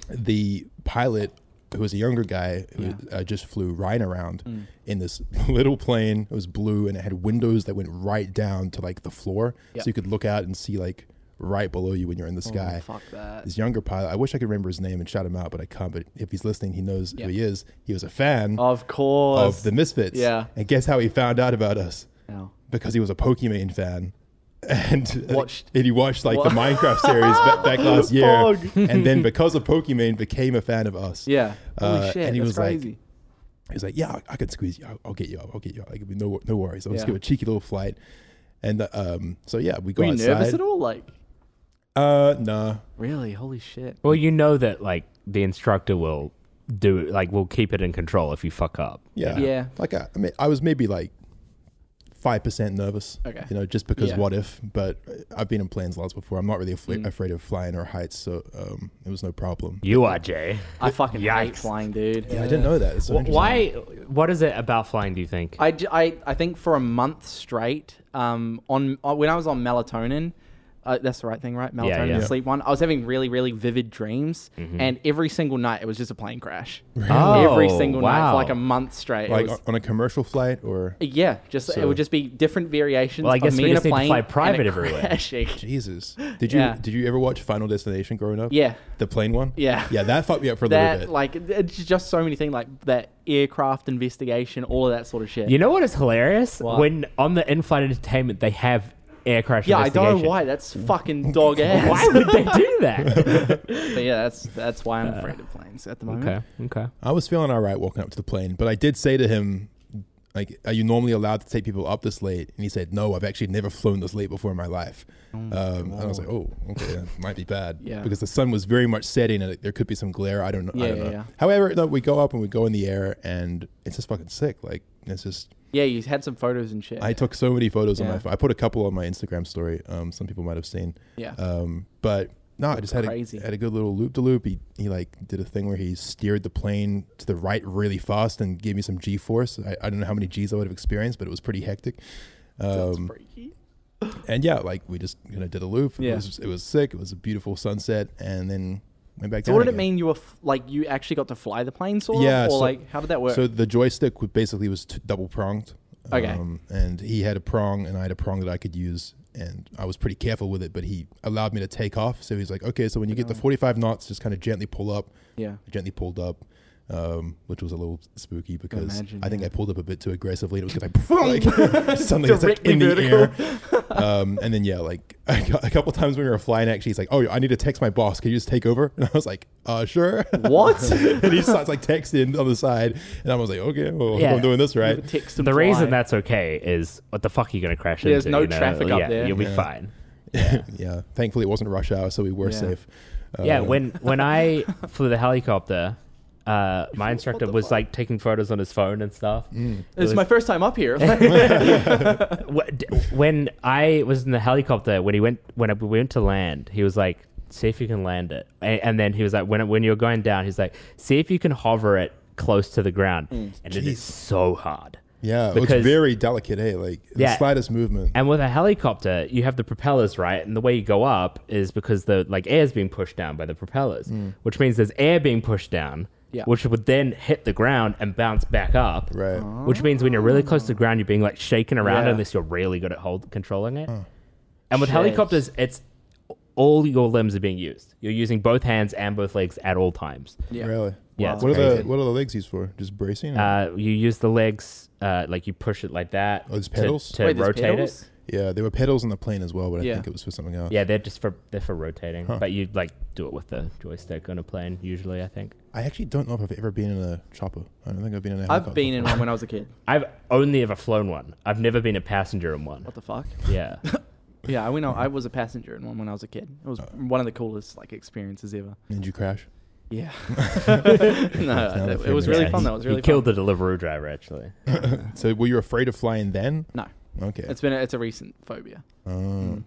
Speaker 1: the pilot who was a younger guy who uh, just flew Ryan around
Speaker 3: Mm.
Speaker 1: in this little plane. It was blue and it had windows that went right down to like the floor,
Speaker 3: Yeah.
Speaker 1: so you could look out and see like right below you when you're in the sky.
Speaker 3: Fuck that.
Speaker 1: This younger pilot, I wish I could remember his name and shout him out, but I can't. But if he's listening, he knows
Speaker 3: Yeah.
Speaker 1: who he is. He was a fan
Speaker 3: Of course.
Speaker 1: of the Misfits.
Speaker 3: Yeah.
Speaker 1: And guess how he found out about us?
Speaker 3: Now.
Speaker 1: Because he was a Pokemon fan. And, uh,
Speaker 3: Watched-
Speaker 1: and he watched like
Speaker 3: Wa-
Speaker 1: the Minecraft series ba- back last year,
Speaker 3: Fog.
Speaker 1: and then because of Pokemon, became a fan of us.
Speaker 3: Yeah. Holy
Speaker 1: Uh,
Speaker 3: shit.
Speaker 1: and he
Speaker 3: that's
Speaker 1: was like-
Speaker 3: crazy.
Speaker 1: He was like, "Yeah, I- I can squeeze you. I'll, I'll get you. up. I'll get you. up. Like, no, no worries. I'll just
Speaker 3: Yeah.
Speaker 1: give a cheeky little flight." And uh, um, so yeah, we go
Speaker 3: Were you
Speaker 1: outside.
Speaker 3: nervous at all? Like,
Speaker 1: Uh, nah.
Speaker 3: really? Holy shit.
Speaker 2: Well, you know that like the instructor will do like will keep it in control if you fuck up.
Speaker 1: Yeah.
Speaker 3: Yeah.
Speaker 1: Like I, I mean, I was maybe like five percent nervous.
Speaker 3: Okay.
Speaker 1: You know, just because
Speaker 3: Yeah. Mm.
Speaker 1: what if? But uh, I've been in planes lots before. I'm not really afla- afraid of flying or heights, so um, it was no problem.
Speaker 2: You are Jay.
Speaker 3: I fucking hate
Speaker 2: Yikes.
Speaker 3: flying, dude.
Speaker 1: Yeah, I didn't know that. It's so
Speaker 2: Wh-
Speaker 1: interesting.
Speaker 2: Why? What is it about flying? Do you think?
Speaker 3: I, j- I, I think for a month straight, um, on uh, when I was on melatonin, uh, that's the right thing, right? Melatonin,
Speaker 2: Yeah, yeah. Mm-hmm.
Speaker 3: the sleep one. I was having really, really vivid dreams, and every single night it was just a plane crash. every
Speaker 2: Oh,
Speaker 3: single night
Speaker 2: wow.
Speaker 3: for like a month straight.
Speaker 1: Like
Speaker 3: it was,
Speaker 1: on a commercial flight or
Speaker 3: yeah, just it
Speaker 1: So-
Speaker 3: would just be different variations.
Speaker 2: Well, I guess
Speaker 3: of me
Speaker 2: we
Speaker 3: in
Speaker 2: just
Speaker 3: a
Speaker 2: need to
Speaker 3: plane
Speaker 2: fly
Speaker 3: and it
Speaker 2: private everywhere.
Speaker 3: crashing.
Speaker 1: Jesus. Did you
Speaker 3: Yeah.
Speaker 1: did you ever watch Final Destination growing up?
Speaker 3: Yeah.
Speaker 1: The plane one?
Speaker 3: Yeah.
Speaker 1: Yeah, that fucked me up for a little
Speaker 3: That
Speaker 1: bit.
Speaker 3: like it's just so many things like that aircraft investigation, all of that sort of shit.
Speaker 2: you know what is hilarious?
Speaker 3: What?
Speaker 2: When on the in-flight entertainment they have air crash.
Speaker 3: yeah, I don't know
Speaker 2: investigation.
Speaker 3: why. That's fucking dog ass.
Speaker 2: Why would they do that?
Speaker 3: But yeah, that's that's why I'm afraid of planes at the moment.
Speaker 2: okay. Okay.
Speaker 1: I was feeling all right walking up to the plane, but I did say to him, like, are you normally allowed to take people up this late? And he said, no, I've actually never flown this late before in my life. um, and I was like, oh, okay, that might be bad.
Speaker 3: Mm. Yeah.
Speaker 1: Because the sun was very much setting and there could be some glare. I don't know.
Speaker 3: Yeah,
Speaker 1: I don't
Speaker 3: yeah,
Speaker 1: know.
Speaker 3: yeah.
Speaker 1: However, no, we go up and we go in the air and it's just fucking sick. Like, it's just,
Speaker 3: Yeah, you had some photos and shit.
Speaker 1: I took so many photos on my
Speaker 3: Yeah.
Speaker 1: phone. I put a couple on my Instagram story. Um, some people might have seen.
Speaker 3: yeah.
Speaker 1: Um, but no, I just had
Speaker 3: crazy.
Speaker 1: a, had a good little loop to loop. He he like did a thing where he steered the plane to the right really fast and gave me some G force. I, I don't know how many G's I would have experienced, but it was pretty hectic. Um,
Speaker 3: freaky.
Speaker 1: and yeah, like we just you know did a loop. It
Speaker 3: Yeah.
Speaker 1: was it was sick. It was a beautiful sunset, and then went back.
Speaker 3: So
Speaker 1: down
Speaker 3: what did it
Speaker 1: again.
Speaker 3: mean you were f- like you actually got to fly the plane sort of?
Speaker 1: Yeah,
Speaker 3: or
Speaker 1: so-
Speaker 3: like how did that work?
Speaker 1: So the joystick would basically was t- double pronged.
Speaker 3: Okay.
Speaker 1: and he had a prong, and I had a prong that I could use, and I was pretty careful with it. But he allowed me to take off. So he's like, okay, so when you get to
Speaker 3: Mm.
Speaker 1: 45 knots, just kind of gently pull up.
Speaker 3: yeah.
Speaker 1: I gently pulled up, um, which was a little spooky because
Speaker 3: Imagine,
Speaker 1: I think
Speaker 3: yeah.
Speaker 1: I pulled up a bit too aggressively. And it was like, like suddenly it's like
Speaker 3: Directly
Speaker 1: in the air.
Speaker 3: vertical.
Speaker 1: Um, and then yeah, like I got- a couple times when we were flying, actually, he's like, "Oh, I need to text my boss. Can you just take over?" And I was like, "Uh, sure."
Speaker 3: What?
Speaker 1: and he starts like texting on the side, and I was like, "Okay, well,
Speaker 2: Yeah.
Speaker 1: I'm doing this right."
Speaker 3: Text
Speaker 2: The
Speaker 3: and fly.
Speaker 2: reason that's okay is what the fuck are you gonna crash
Speaker 3: There's
Speaker 2: into?
Speaker 3: no
Speaker 2: you know?
Speaker 3: traffic up
Speaker 2: Yeah,
Speaker 3: there.
Speaker 2: You'll be
Speaker 1: Yeah.
Speaker 2: fine.
Speaker 1: yeah, thankfully it wasn't rush hour, so we were
Speaker 3: Yeah.
Speaker 1: safe. Uh,
Speaker 2: yeah when when i flew the helicopter uh, my instructor
Speaker 3: the
Speaker 2: was
Speaker 3: fuck?
Speaker 2: like taking photos on his phone and stuff
Speaker 1: Mm.
Speaker 3: it's my first time up here.
Speaker 2: Wh- d- when i was in the helicopter when he went when I- we went to land he was like see if you can land it A- and, then he was like when, it- when you're going down he's like see if you can hover it close to the ground and it
Speaker 1: Mm. Jeez.
Speaker 2: is so hard
Speaker 1: yeah, it was
Speaker 2: Because-
Speaker 1: very delicate, eh? Like the
Speaker 2: Yeah.
Speaker 1: slightest movement.
Speaker 2: And with a helicopter, you have the propellers, right? And the way you go up is because the like air is being pushed down by the propellers,
Speaker 1: Mm.
Speaker 2: which means there's air being pushed down,
Speaker 3: Yeah.
Speaker 2: which would then hit the ground and bounce back up.
Speaker 1: Right. Oh.
Speaker 2: Which means when you're really close to the ground, you're being like shaken around
Speaker 3: Yeah.
Speaker 2: unless you're really good at hold controlling it. And with
Speaker 3: Shit.
Speaker 2: helicopters, it's all your limbs are being used. You're using both hands and both legs at all times.
Speaker 3: Yeah.
Speaker 1: Really?
Speaker 2: Yeah, it's
Speaker 1: What are the
Speaker 2: crazy.
Speaker 1: What are the legs used for? Just bracing? or-
Speaker 2: Uh, you use the legs, uh, like you push it like that.
Speaker 1: Oh, there's
Speaker 2: to-
Speaker 1: pedals?
Speaker 2: to,
Speaker 3: Wait, there's
Speaker 2: rotate
Speaker 3: pedals?
Speaker 2: it.
Speaker 1: yeah, there were pedals on the plane as well, but I
Speaker 3: Yeah.
Speaker 1: think it was for something else.
Speaker 2: Yeah, they're just for they're for rotating,
Speaker 1: Huh.
Speaker 2: but you like do it with the joystick on a plane usually. I think
Speaker 1: I actually don't know if I've ever been in a chopper. I don't think I've been in a.
Speaker 3: I've
Speaker 1: helicopter
Speaker 3: been in
Speaker 1: before.
Speaker 3: one when I was a kid.
Speaker 2: I've only ever flown one. I've never been a passenger in one.
Speaker 3: What the fuck?
Speaker 2: Yeah,
Speaker 3: Yeah, I went. on- I was a passenger in one when I was a kid. It was one of the coolest like experiences ever.
Speaker 1: Did you crash?
Speaker 3: Yeah.
Speaker 1: not
Speaker 3: no,
Speaker 1: a
Speaker 3: it,
Speaker 1: thing
Speaker 3: was
Speaker 1: that
Speaker 3: really
Speaker 1: happens.
Speaker 3: fun. That was really
Speaker 2: he
Speaker 3: fun.
Speaker 2: killed the Deliveroo driver actually.
Speaker 1: So were you afraid of flying then?
Speaker 3: No,
Speaker 1: Okay.
Speaker 3: it's Hmm. been a, it's a recent phobia.
Speaker 1: oh. Mm.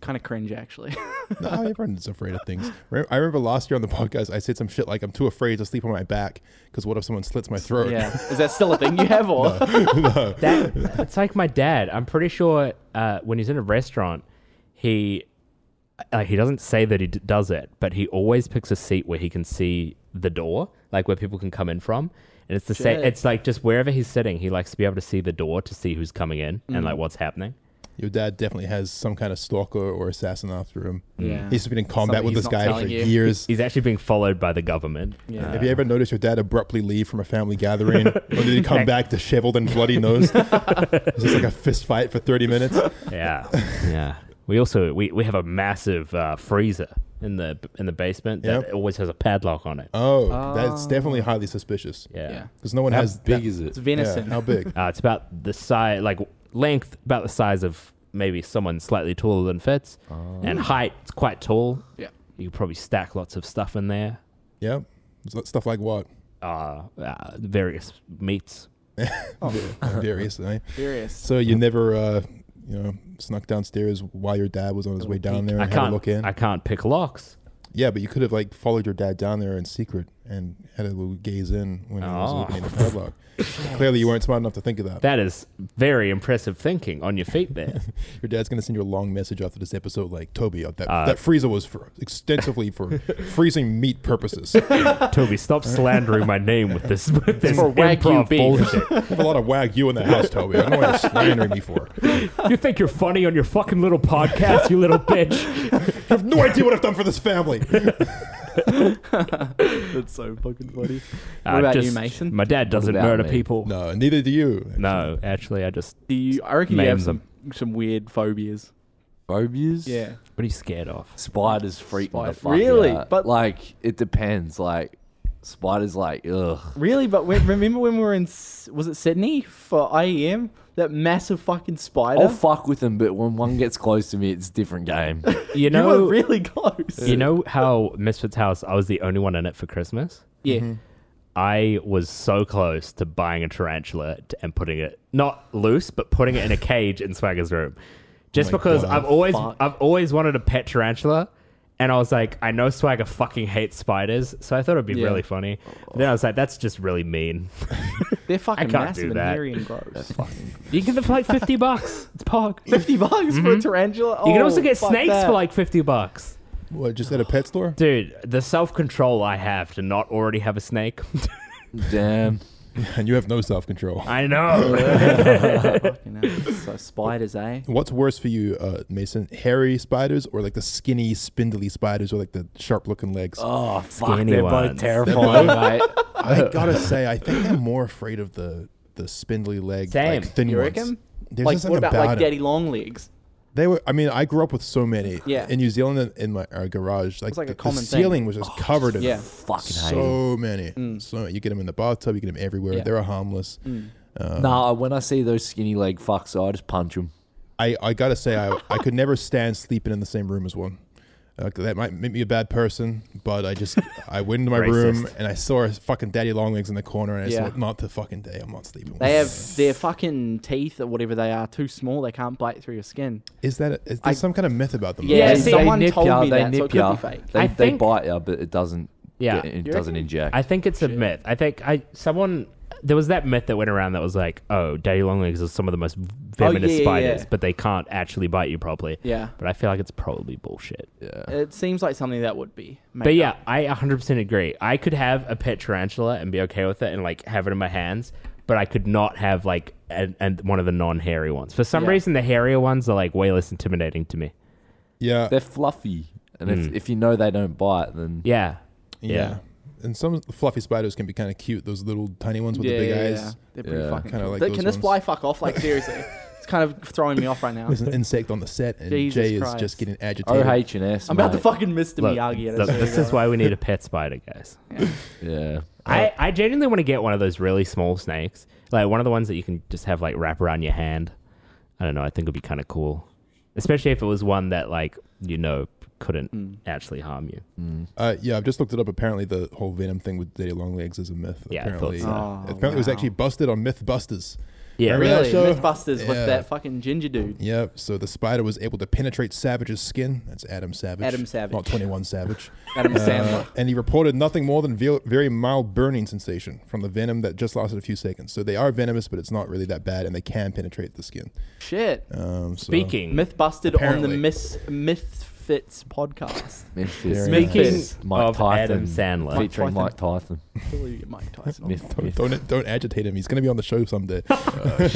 Speaker 3: Kind of cringe actually.
Speaker 1: no, everyone's afraid of things. Re- I remember last year on the podcast, I said some shit like, "I'm too afraid to sleep on my back because what if someone slits my throat?"
Speaker 3: yeah. Is that still a thing you have or? Oh.
Speaker 2: that it's like my dad. I'm pretty sure uh, when he's in a restaurant, he like he doesn't say that he d- does it, but he always picks a seat where he can see the door, like where people can come in from. And it's the same.
Speaker 3: Shit.
Speaker 2: It's like just wherever he's sitting, he likes to be able to see the door to see who's coming in
Speaker 3: Mm.
Speaker 2: and like what's happening.
Speaker 1: Your dad definitely has some kind of stalker or assassin after him.
Speaker 3: Yeah.
Speaker 1: He's been in combat
Speaker 3: Something
Speaker 1: with
Speaker 3: he's
Speaker 1: this
Speaker 3: not
Speaker 1: guy for
Speaker 3: telling you.
Speaker 1: years.
Speaker 2: He's actually being followed by the government. Uh,
Speaker 3: Yeah.
Speaker 1: Have you
Speaker 2: Um,
Speaker 1: ever noticed your dad abruptly leave from a family gathering, or did he come back disheveled and bloody nosed? It's just like a fist fight for thirty minutes.
Speaker 2: Yeah, yeah. We also we, we have a massive uh, freezer in the in the basement that
Speaker 1: Yep.
Speaker 2: always has a padlock on it.
Speaker 1: Oh, that's definitely highly suspicious.
Speaker 2: Um, yeah.
Speaker 3: Yeah.
Speaker 1: because no one
Speaker 4: How
Speaker 1: has
Speaker 4: big
Speaker 1: that-
Speaker 4: is it?
Speaker 3: It's venison.
Speaker 1: Yeah, how big?
Speaker 2: Uh, it's about the size, like length, about the size of maybe someone slightly taller than Fitz,
Speaker 1: Oh.
Speaker 2: and height. It's quite tall.
Speaker 3: Yeah.
Speaker 2: You could probably stack lots of stuff in there.
Speaker 1: yep. So- Stuff like what?
Speaker 2: Uh, uh various meats.
Speaker 1: Various. eh?
Speaker 3: Serious.
Speaker 1: So you never, uh, you know, snuck downstairs while your dad was on his way down there
Speaker 2: I
Speaker 1: and had a
Speaker 2: can't.
Speaker 1: look in.
Speaker 2: I can't pick locks.
Speaker 1: yeah, but you could have like followed your dad down there in secret and had a little gaze in when he was
Speaker 2: Oh.
Speaker 1: looking in the padlock. Clearly, you weren't smart enough to think of that.
Speaker 2: That is very impressive thinking on your feet there.
Speaker 1: Your dad's gonna send you a long message after this episode, like Toby, uh, that that freezer was for extensively for freezing meat purposes. We
Speaker 2: Toby, stop slandering my name with this, with this
Speaker 3: for Wagyu
Speaker 2: improv
Speaker 3: beef.
Speaker 2: bullshit.
Speaker 1: have a lot of wagyu in the house, Toby. I don't know what you're slandering me for. You
Speaker 2: You think you're funny on your fucking little podcast, you little bitch.
Speaker 1: have no idea what I've done for this family.
Speaker 3: That's so fucking funny.
Speaker 2: Uh,
Speaker 3: what about you,
Speaker 2: just-
Speaker 3: Mason?
Speaker 2: My dad doesn't
Speaker 4: about
Speaker 2: murder
Speaker 4: me?
Speaker 2: people.
Speaker 1: No, neither do you.
Speaker 2: no, actually, I just
Speaker 3: Do you? I reckon you have
Speaker 2: Names
Speaker 3: some, some weird phobias.
Speaker 4: Phobias?
Speaker 3: Yeah.
Speaker 2: What are you scared of?
Speaker 4: Spiders freak me
Speaker 3: Spider-
Speaker 4: the fuck
Speaker 3: Really?
Speaker 4: out.
Speaker 3: But-
Speaker 4: like, it depends. Like, spiders, like, ugh.
Speaker 3: Really, but when, remember when we were in S- was it Sydney for IEM? That massive fucking spider.
Speaker 2: Oh,
Speaker 4: I'll fuck with them, but when one gets close to me, it's a different game.
Speaker 2: You
Speaker 3: you
Speaker 2: know,
Speaker 3: were really close.
Speaker 2: you know how Misfits House, I was the only one in it for Christmas.
Speaker 3: yeah.
Speaker 2: I was so close to buying a tarantula t- and putting it not loose, but putting it in a cage in Swagger's room, just
Speaker 1: my
Speaker 2: because
Speaker 1: God.
Speaker 2: I've always
Speaker 3: Fuck.
Speaker 2: I've always wanted a pet tarantula, and I was like, I know Swagger fucking hates spiders, so I thought it'd be
Speaker 3: Yeah.
Speaker 2: really funny. But then I was like, that's just really mean.
Speaker 3: They're fucking
Speaker 2: can't
Speaker 3: massive
Speaker 2: do
Speaker 3: and
Speaker 2: that.
Speaker 3: hairy and gross.
Speaker 2: You can get them for like fifty bucks. It's pog. You
Speaker 3: Fifty bucks for a tarantula.
Speaker 2: Mm-hmm. can
Speaker 3: Oh,
Speaker 2: also get
Speaker 3: fuck
Speaker 2: snakes
Speaker 3: that.
Speaker 2: for like fifty bucks.
Speaker 1: What? Just at a pet store?
Speaker 2: Dude, the self control I have to not already have a snake.
Speaker 4: Damn.
Speaker 1: And you have no self control.
Speaker 2: I know.
Speaker 3: Fucking hell. So spiders, eh?
Speaker 1: What's worse for you, uh, Mason? Hairy spiders or like the skinny, spindly spiders with like the sharp looking legs?
Speaker 3: Uh,
Speaker 4: Oh, fuck.
Speaker 2: Skinny
Speaker 4: They're both
Speaker 2: ones.
Speaker 4: terrifying, mate.
Speaker 1: I gotta say, I think I'm more afraid of the the spindly leg,
Speaker 2: Same.
Speaker 1: like thin
Speaker 3: You
Speaker 1: ones.
Speaker 3: reckon?
Speaker 1: There's
Speaker 3: like
Speaker 1: something
Speaker 3: what about, like
Speaker 1: it.
Speaker 3: daddy long legs?
Speaker 1: They were. I mean, I grew up with so many.
Speaker 3: Yeah.
Speaker 1: In New Zealand, in- in my our garage, like,
Speaker 3: like a
Speaker 1: the, the
Speaker 3: common thing. Oh,
Speaker 1: ceiling was just covered in
Speaker 3: Yeah. Mm.
Speaker 1: them.
Speaker 4: Fucking hate
Speaker 1: so
Speaker 4: them.
Speaker 1: many. So you get them in the bathtub. You get them everywhere.
Speaker 3: Yeah. Mm.
Speaker 1: They're harmless.
Speaker 4: Nah, uh, when I see those skinny leg fucks, I just punch them.
Speaker 1: I, I gotta say, I, I could never stand sleeping in the same room as one. Uh, that might make me a bad person, but I just I went into my room
Speaker 2: Racist.
Speaker 1: and I saw a fucking daddy long legs in the corner, and I
Speaker 3: Yeah.
Speaker 1: said, "Not the fucking day. I'm not sleeping." with
Speaker 3: They
Speaker 1: you."
Speaker 3: have their fucking teeth or whatever they are too small. They can't bite through your skin.
Speaker 1: Is that a, is there
Speaker 3: I-
Speaker 1: some kind of myth about them?
Speaker 3: Yeah,
Speaker 4: they,
Speaker 3: see,
Speaker 4: they
Speaker 3: someone
Speaker 4: nip
Speaker 3: told
Speaker 4: ya,
Speaker 3: me
Speaker 4: they
Speaker 3: that, so
Speaker 4: nip
Speaker 3: it could
Speaker 4: ya.
Speaker 3: be fake.
Speaker 4: They,
Speaker 2: I
Speaker 4: they
Speaker 2: think-
Speaker 4: bite you, but it doesn't.
Speaker 2: Yeah.
Speaker 4: get- it
Speaker 3: You
Speaker 4: doesn't
Speaker 3: reckon?
Speaker 4: inject.
Speaker 2: I think it's a myth. I think I someone there was that myth that went around that was like, oh, daddy long legs are some of the most venomous
Speaker 3: Oh, yeah, yeah,
Speaker 2: spiders,
Speaker 3: yeah.
Speaker 2: but they can't actually bite you properly.
Speaker 3: Yeah.
Speaker 2: But I feel like it's probably bullshit.
Speaker 3: It seems like something that would be. made
Speaker 2: But
Speaker 3: up.
Speaker 2: yeah, I 100% agree. I could have a pet tarantula and be okay with it and like have it in my hands, but I could not have like and and one of the non-hairy ones. For some
Speaker 3: Yeah.
Speaker 2: reason, the hairier ones are like way less intimidating to me.
Speaker 1: Yeah,
Speaker 4: They're fluffy, and
Speaker 3: Hmm.
Speaker 4: if, if you know they don't bite, then
Speaker 2: Yeah,
Speaker 1: yeah.
Speaker 2: yeah.
Speaker 1: And some fluffy spiders can be kind of cute. Those little tiny ones with
Speaker 3: yeah,
Speaker 1: the big
Speaker 3: yeah,
Speaker 1: eyes.
Speaker 3: yeah. They're pretty
Speaker 4: Yeah.
Speaker 3: fucking
Speaker 1: Kinda
Speaker 3: cool.
Speaker 1: like
Speaker 3: Th-
Speaker 1: those
Speaker 3: Can this
Speaker 1: ones.
Speaker 3: fly fuck off? Like seriously, it's kind of throwing me off right now.
Speaker 1: There's an insect on the set, and
Speaker 3: Jesus
Speaker 1: Jay
Speaker 3: Christ.
Speaker 1: is just getting agitated.
Speaker 4: OH and S.
Speaker 3: I'm about to
Speaker 4: mate.
Speaker 3: fucking Mr.
Speaker 2: Look,
Speaker 3: Miyagi. at
Speaker 2: look,
Speaker 3: it.
Speaker 2: this is why we need a pet spider, guys.
Speaker 4: Yeah.
Speaker 3: Oh.
Speaker 2: I, I genuinely want to get one of those really small snakes, like one of the ones that you can just have like wrap around your hand. I don't know. I think it'd be kind of cool, especially if it was one that like you know couldn't actually harm you.
Speaker 1: Uh, yeah, I've just looked it up. Apparently, the whole venom thing with daddy long legs is a myth.
Speaker 2: Yeah, I thought
Speaker 1: apparently,
Speaker 2: so.
Speaker 3: Oh,
Speaker 1: apparently it was
Speaker 3: wow.
Speaker 1: actually busted on MythBusters.
Speaker 2: Yeah,
Speaker 1: Remember that
Speaker 3: Really,
Speaker 1: show?
Speaker 3: MythBusters with
Speaker 1: Yeah.
Speaker 3: that fucking ginger dude.
Speaker 1: Yep. So the spider was able to penetrate Savage's skin. That's Adam Savage.
Speaker 3: Adam Savage.
Speaker 1: Not 21 Savage.
Speaker 3: Adam
Speaker 1: Uh,
Speaker 3: Sandler.
Speaker 1: and he reported nothing more than ve- very mild burning sensation from the venom that just lasted a few seconds. So they are venomous, but it's not really that bad, and they can penetrate the skin.
Speaker 3: Shit.
Speaker 1: Um, so-
Speaker 2: Speaking,
Speaker 3: Myth busted on
Speaker 1: Apparently.
Speaker 3: the Miss Mythfits podcast.
Speaker 4: Memphis.
Speaker 1: Very
Speaker 2: speaking
Speaker 3: nice.
Speaker 4: Mike
Speaker 2: of
Speaker 4: Tyson.
Speaker 2: Adam Sandler,
Speaker 3: Mike Tyson.
Speaker 4: featuring
Speaker 3: Oh,
Speaker 4: Mike Tyson.
Speaker 3: Till you get Mike Tyson. on.
Speaker 4: Myth,
Speaker 1: Don't,
Speaker 4: myth.
Speaker 1: don't don't agitate him. He's going to be on the show someday.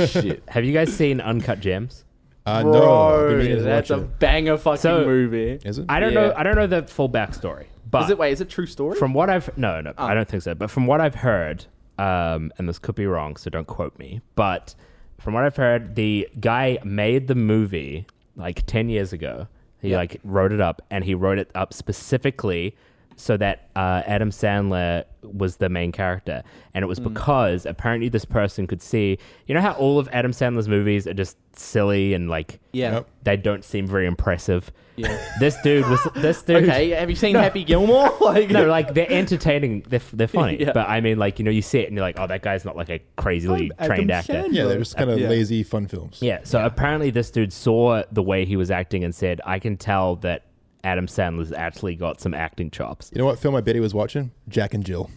Speaker 4: Shit.
Speaker 2: have you guys seen Uncut Gems?
Speaker 1: Uh, no, I've been
Speaker 3: Bro,
Speaker 1: meaning to
Speaker 3: that's a
Speaker 1: watch it.
Speaker 3: banger fucking
Speaker 2: So-
Speaker 3: movie.
Speaker 1: Is it?
Speaker 2: I don't know.
Speaker 3: Yeah.
Speaker 2: I don't know the full backstory, but
Speaker 3: Is it? Wait, is it true story?
Speaker 2: From what I've no, no,
Speaker 3: Oh.
Speaker 2: I don't think so. But from what I've heard, um, and this could be wrong, so don't quote me. But from what I've heard, the guy made the movie like ten years ago. He like wrote it up, and he wrote it up specifically so that uh, Adam Sandler was the main character, and it
Speaker 3: Hmm.
Speaker 2: was because apparently this person could see. You know how all of Adam Sandler's movies are just silly and like
Speaker 3: yeah.
Speaker 1: Yep.
Speaker 2: they don't seem very impressive.
Speaker 3: Yeah.
Speaker 2: This dude was this dude.
Speaker 3: Okay. Have you seen Happy Gilmore? Like,
Speaker 2: No, like they're entertaining. They're, they're funny.
Speaker 3: Yeah.
Speaker 2: But I mean, like, you know, you see it and you're like, oh, that guy's not like a crazily
Speaker 3: I'm Adam
Speaker 2: trained actor.
Speaker 3: Sandler.
Speaker 1: Yeah, they're just kind of
Speaker 3: Yeah.
Speaker 1: lazy fun films.
Speaker 2: Yeah. So apparently, this dude saw the way he was acting and said, I can tell that Adam Sandler's actually got some acting chops.
Speaker 1: You know what film I bet he was watching? Jack and Jill.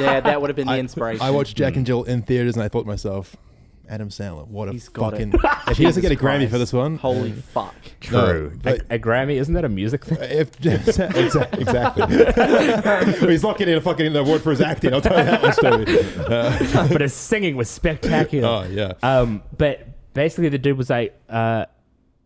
Speaker 3: yeah, that would have been the
Speaker 1: I-
Speaker 3: inspiration.
Speaker 1: I watched Jack and Jill in theaters, and I thought to myself, Adam Sandler, what a
Speaker 3: He's got
Speaker 1: fucking.
Speaker 3: it.
Speaker 1: If he doesn't get a
Speaker 3: Jesus
Speaker 1: Grammy for
Speaker 3: Christ.
Speaker 1: this one,
Speaker 3: Holy fuck.
Speaker 1: No,
Speaker 2: True. A-
Speaker 1: but-
Speaker 2: a, Grammy, isn't that a music thing?
Speaker 1: If exa- exactly, Well, he's not getting a fucking award for his acting. I'll tell you that one story. Uh,
Speaker 2: but his singing was spectacular.
Speaker 1: oh yeah,
Speaker 2: Um, but basically, the dude was like, uh,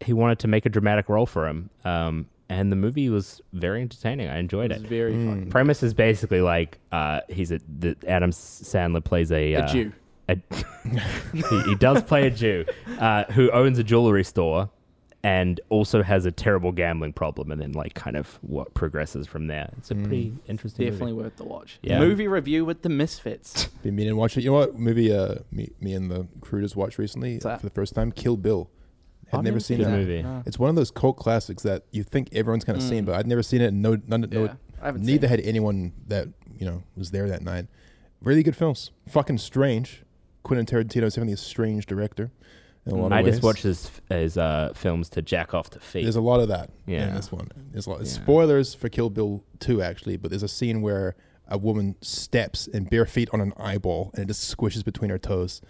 Speaker 2: he wanted to make a dramatic role for him. Um, and the movie was very entertaining. I enjoyed
Speaker 3: It's
Speaker 2: it.
Speaker 3: very
Speaker 1: Hmm.
Speaker 3: fucking.
Speaker 2: premise is basically like uh, he's a the, Adam Sandler plays a, uh,
Speaker 3: Jew.
Speaker 2: a- he, he does play a Jew uh, who owns a jewelry store and also has a terrible gambling problem, and then like kind of what progresses from there. It's a
Speaker 1: Mm.
Speaker 2: pretty interesting. movie.
Speaker 3: Definitely worth the watch.
Speaker 2: Yeah.
Speaker 3: Movie review with the Misfits.
Speaker 1: been meaning to watch it. You know what movie? Uh, me, me and the crew just watched recently
Speaker 3: that?
Speaker 1: for the first time. Kill Bill. Had
Speaker 2: I've
Speaker 1: never,
Speaker 2: never
Speaker 1: seen
Speaker 2: seen
Speaker 1: it.
Speaker 2: that movie.
Speaker 3: No.
Speaker 1: It's one of those cult classics that you think everyone's kind of seen, but I'd never seen it. And no, none,
Speaker 3: Mm. Yeah,
Speaker 1: no,
Speaker 3: I haven't
Speaker 1: neither
Speaker 3: seen
Speaker 1: had anyone that you know was there that night. Really good films. Fucking strange. Quentin Tarantino is definitely a strange director. In a lot of
Speaker 2: Mm, I just
Speaker 1: ways.
Speaker 2: watch his his uh, films to jack off to feet.
Speaker 1: There's a lot of that in
Speaker 2: Yeah.
Speaker 1: this one. There's a lot.
Speaker 3: Yeah.
Speaker 1: Spoilers for Kill Bill 2, actually, but there's a scene where a woman steps in bare feet on an eyeball and it just squishes between her toes.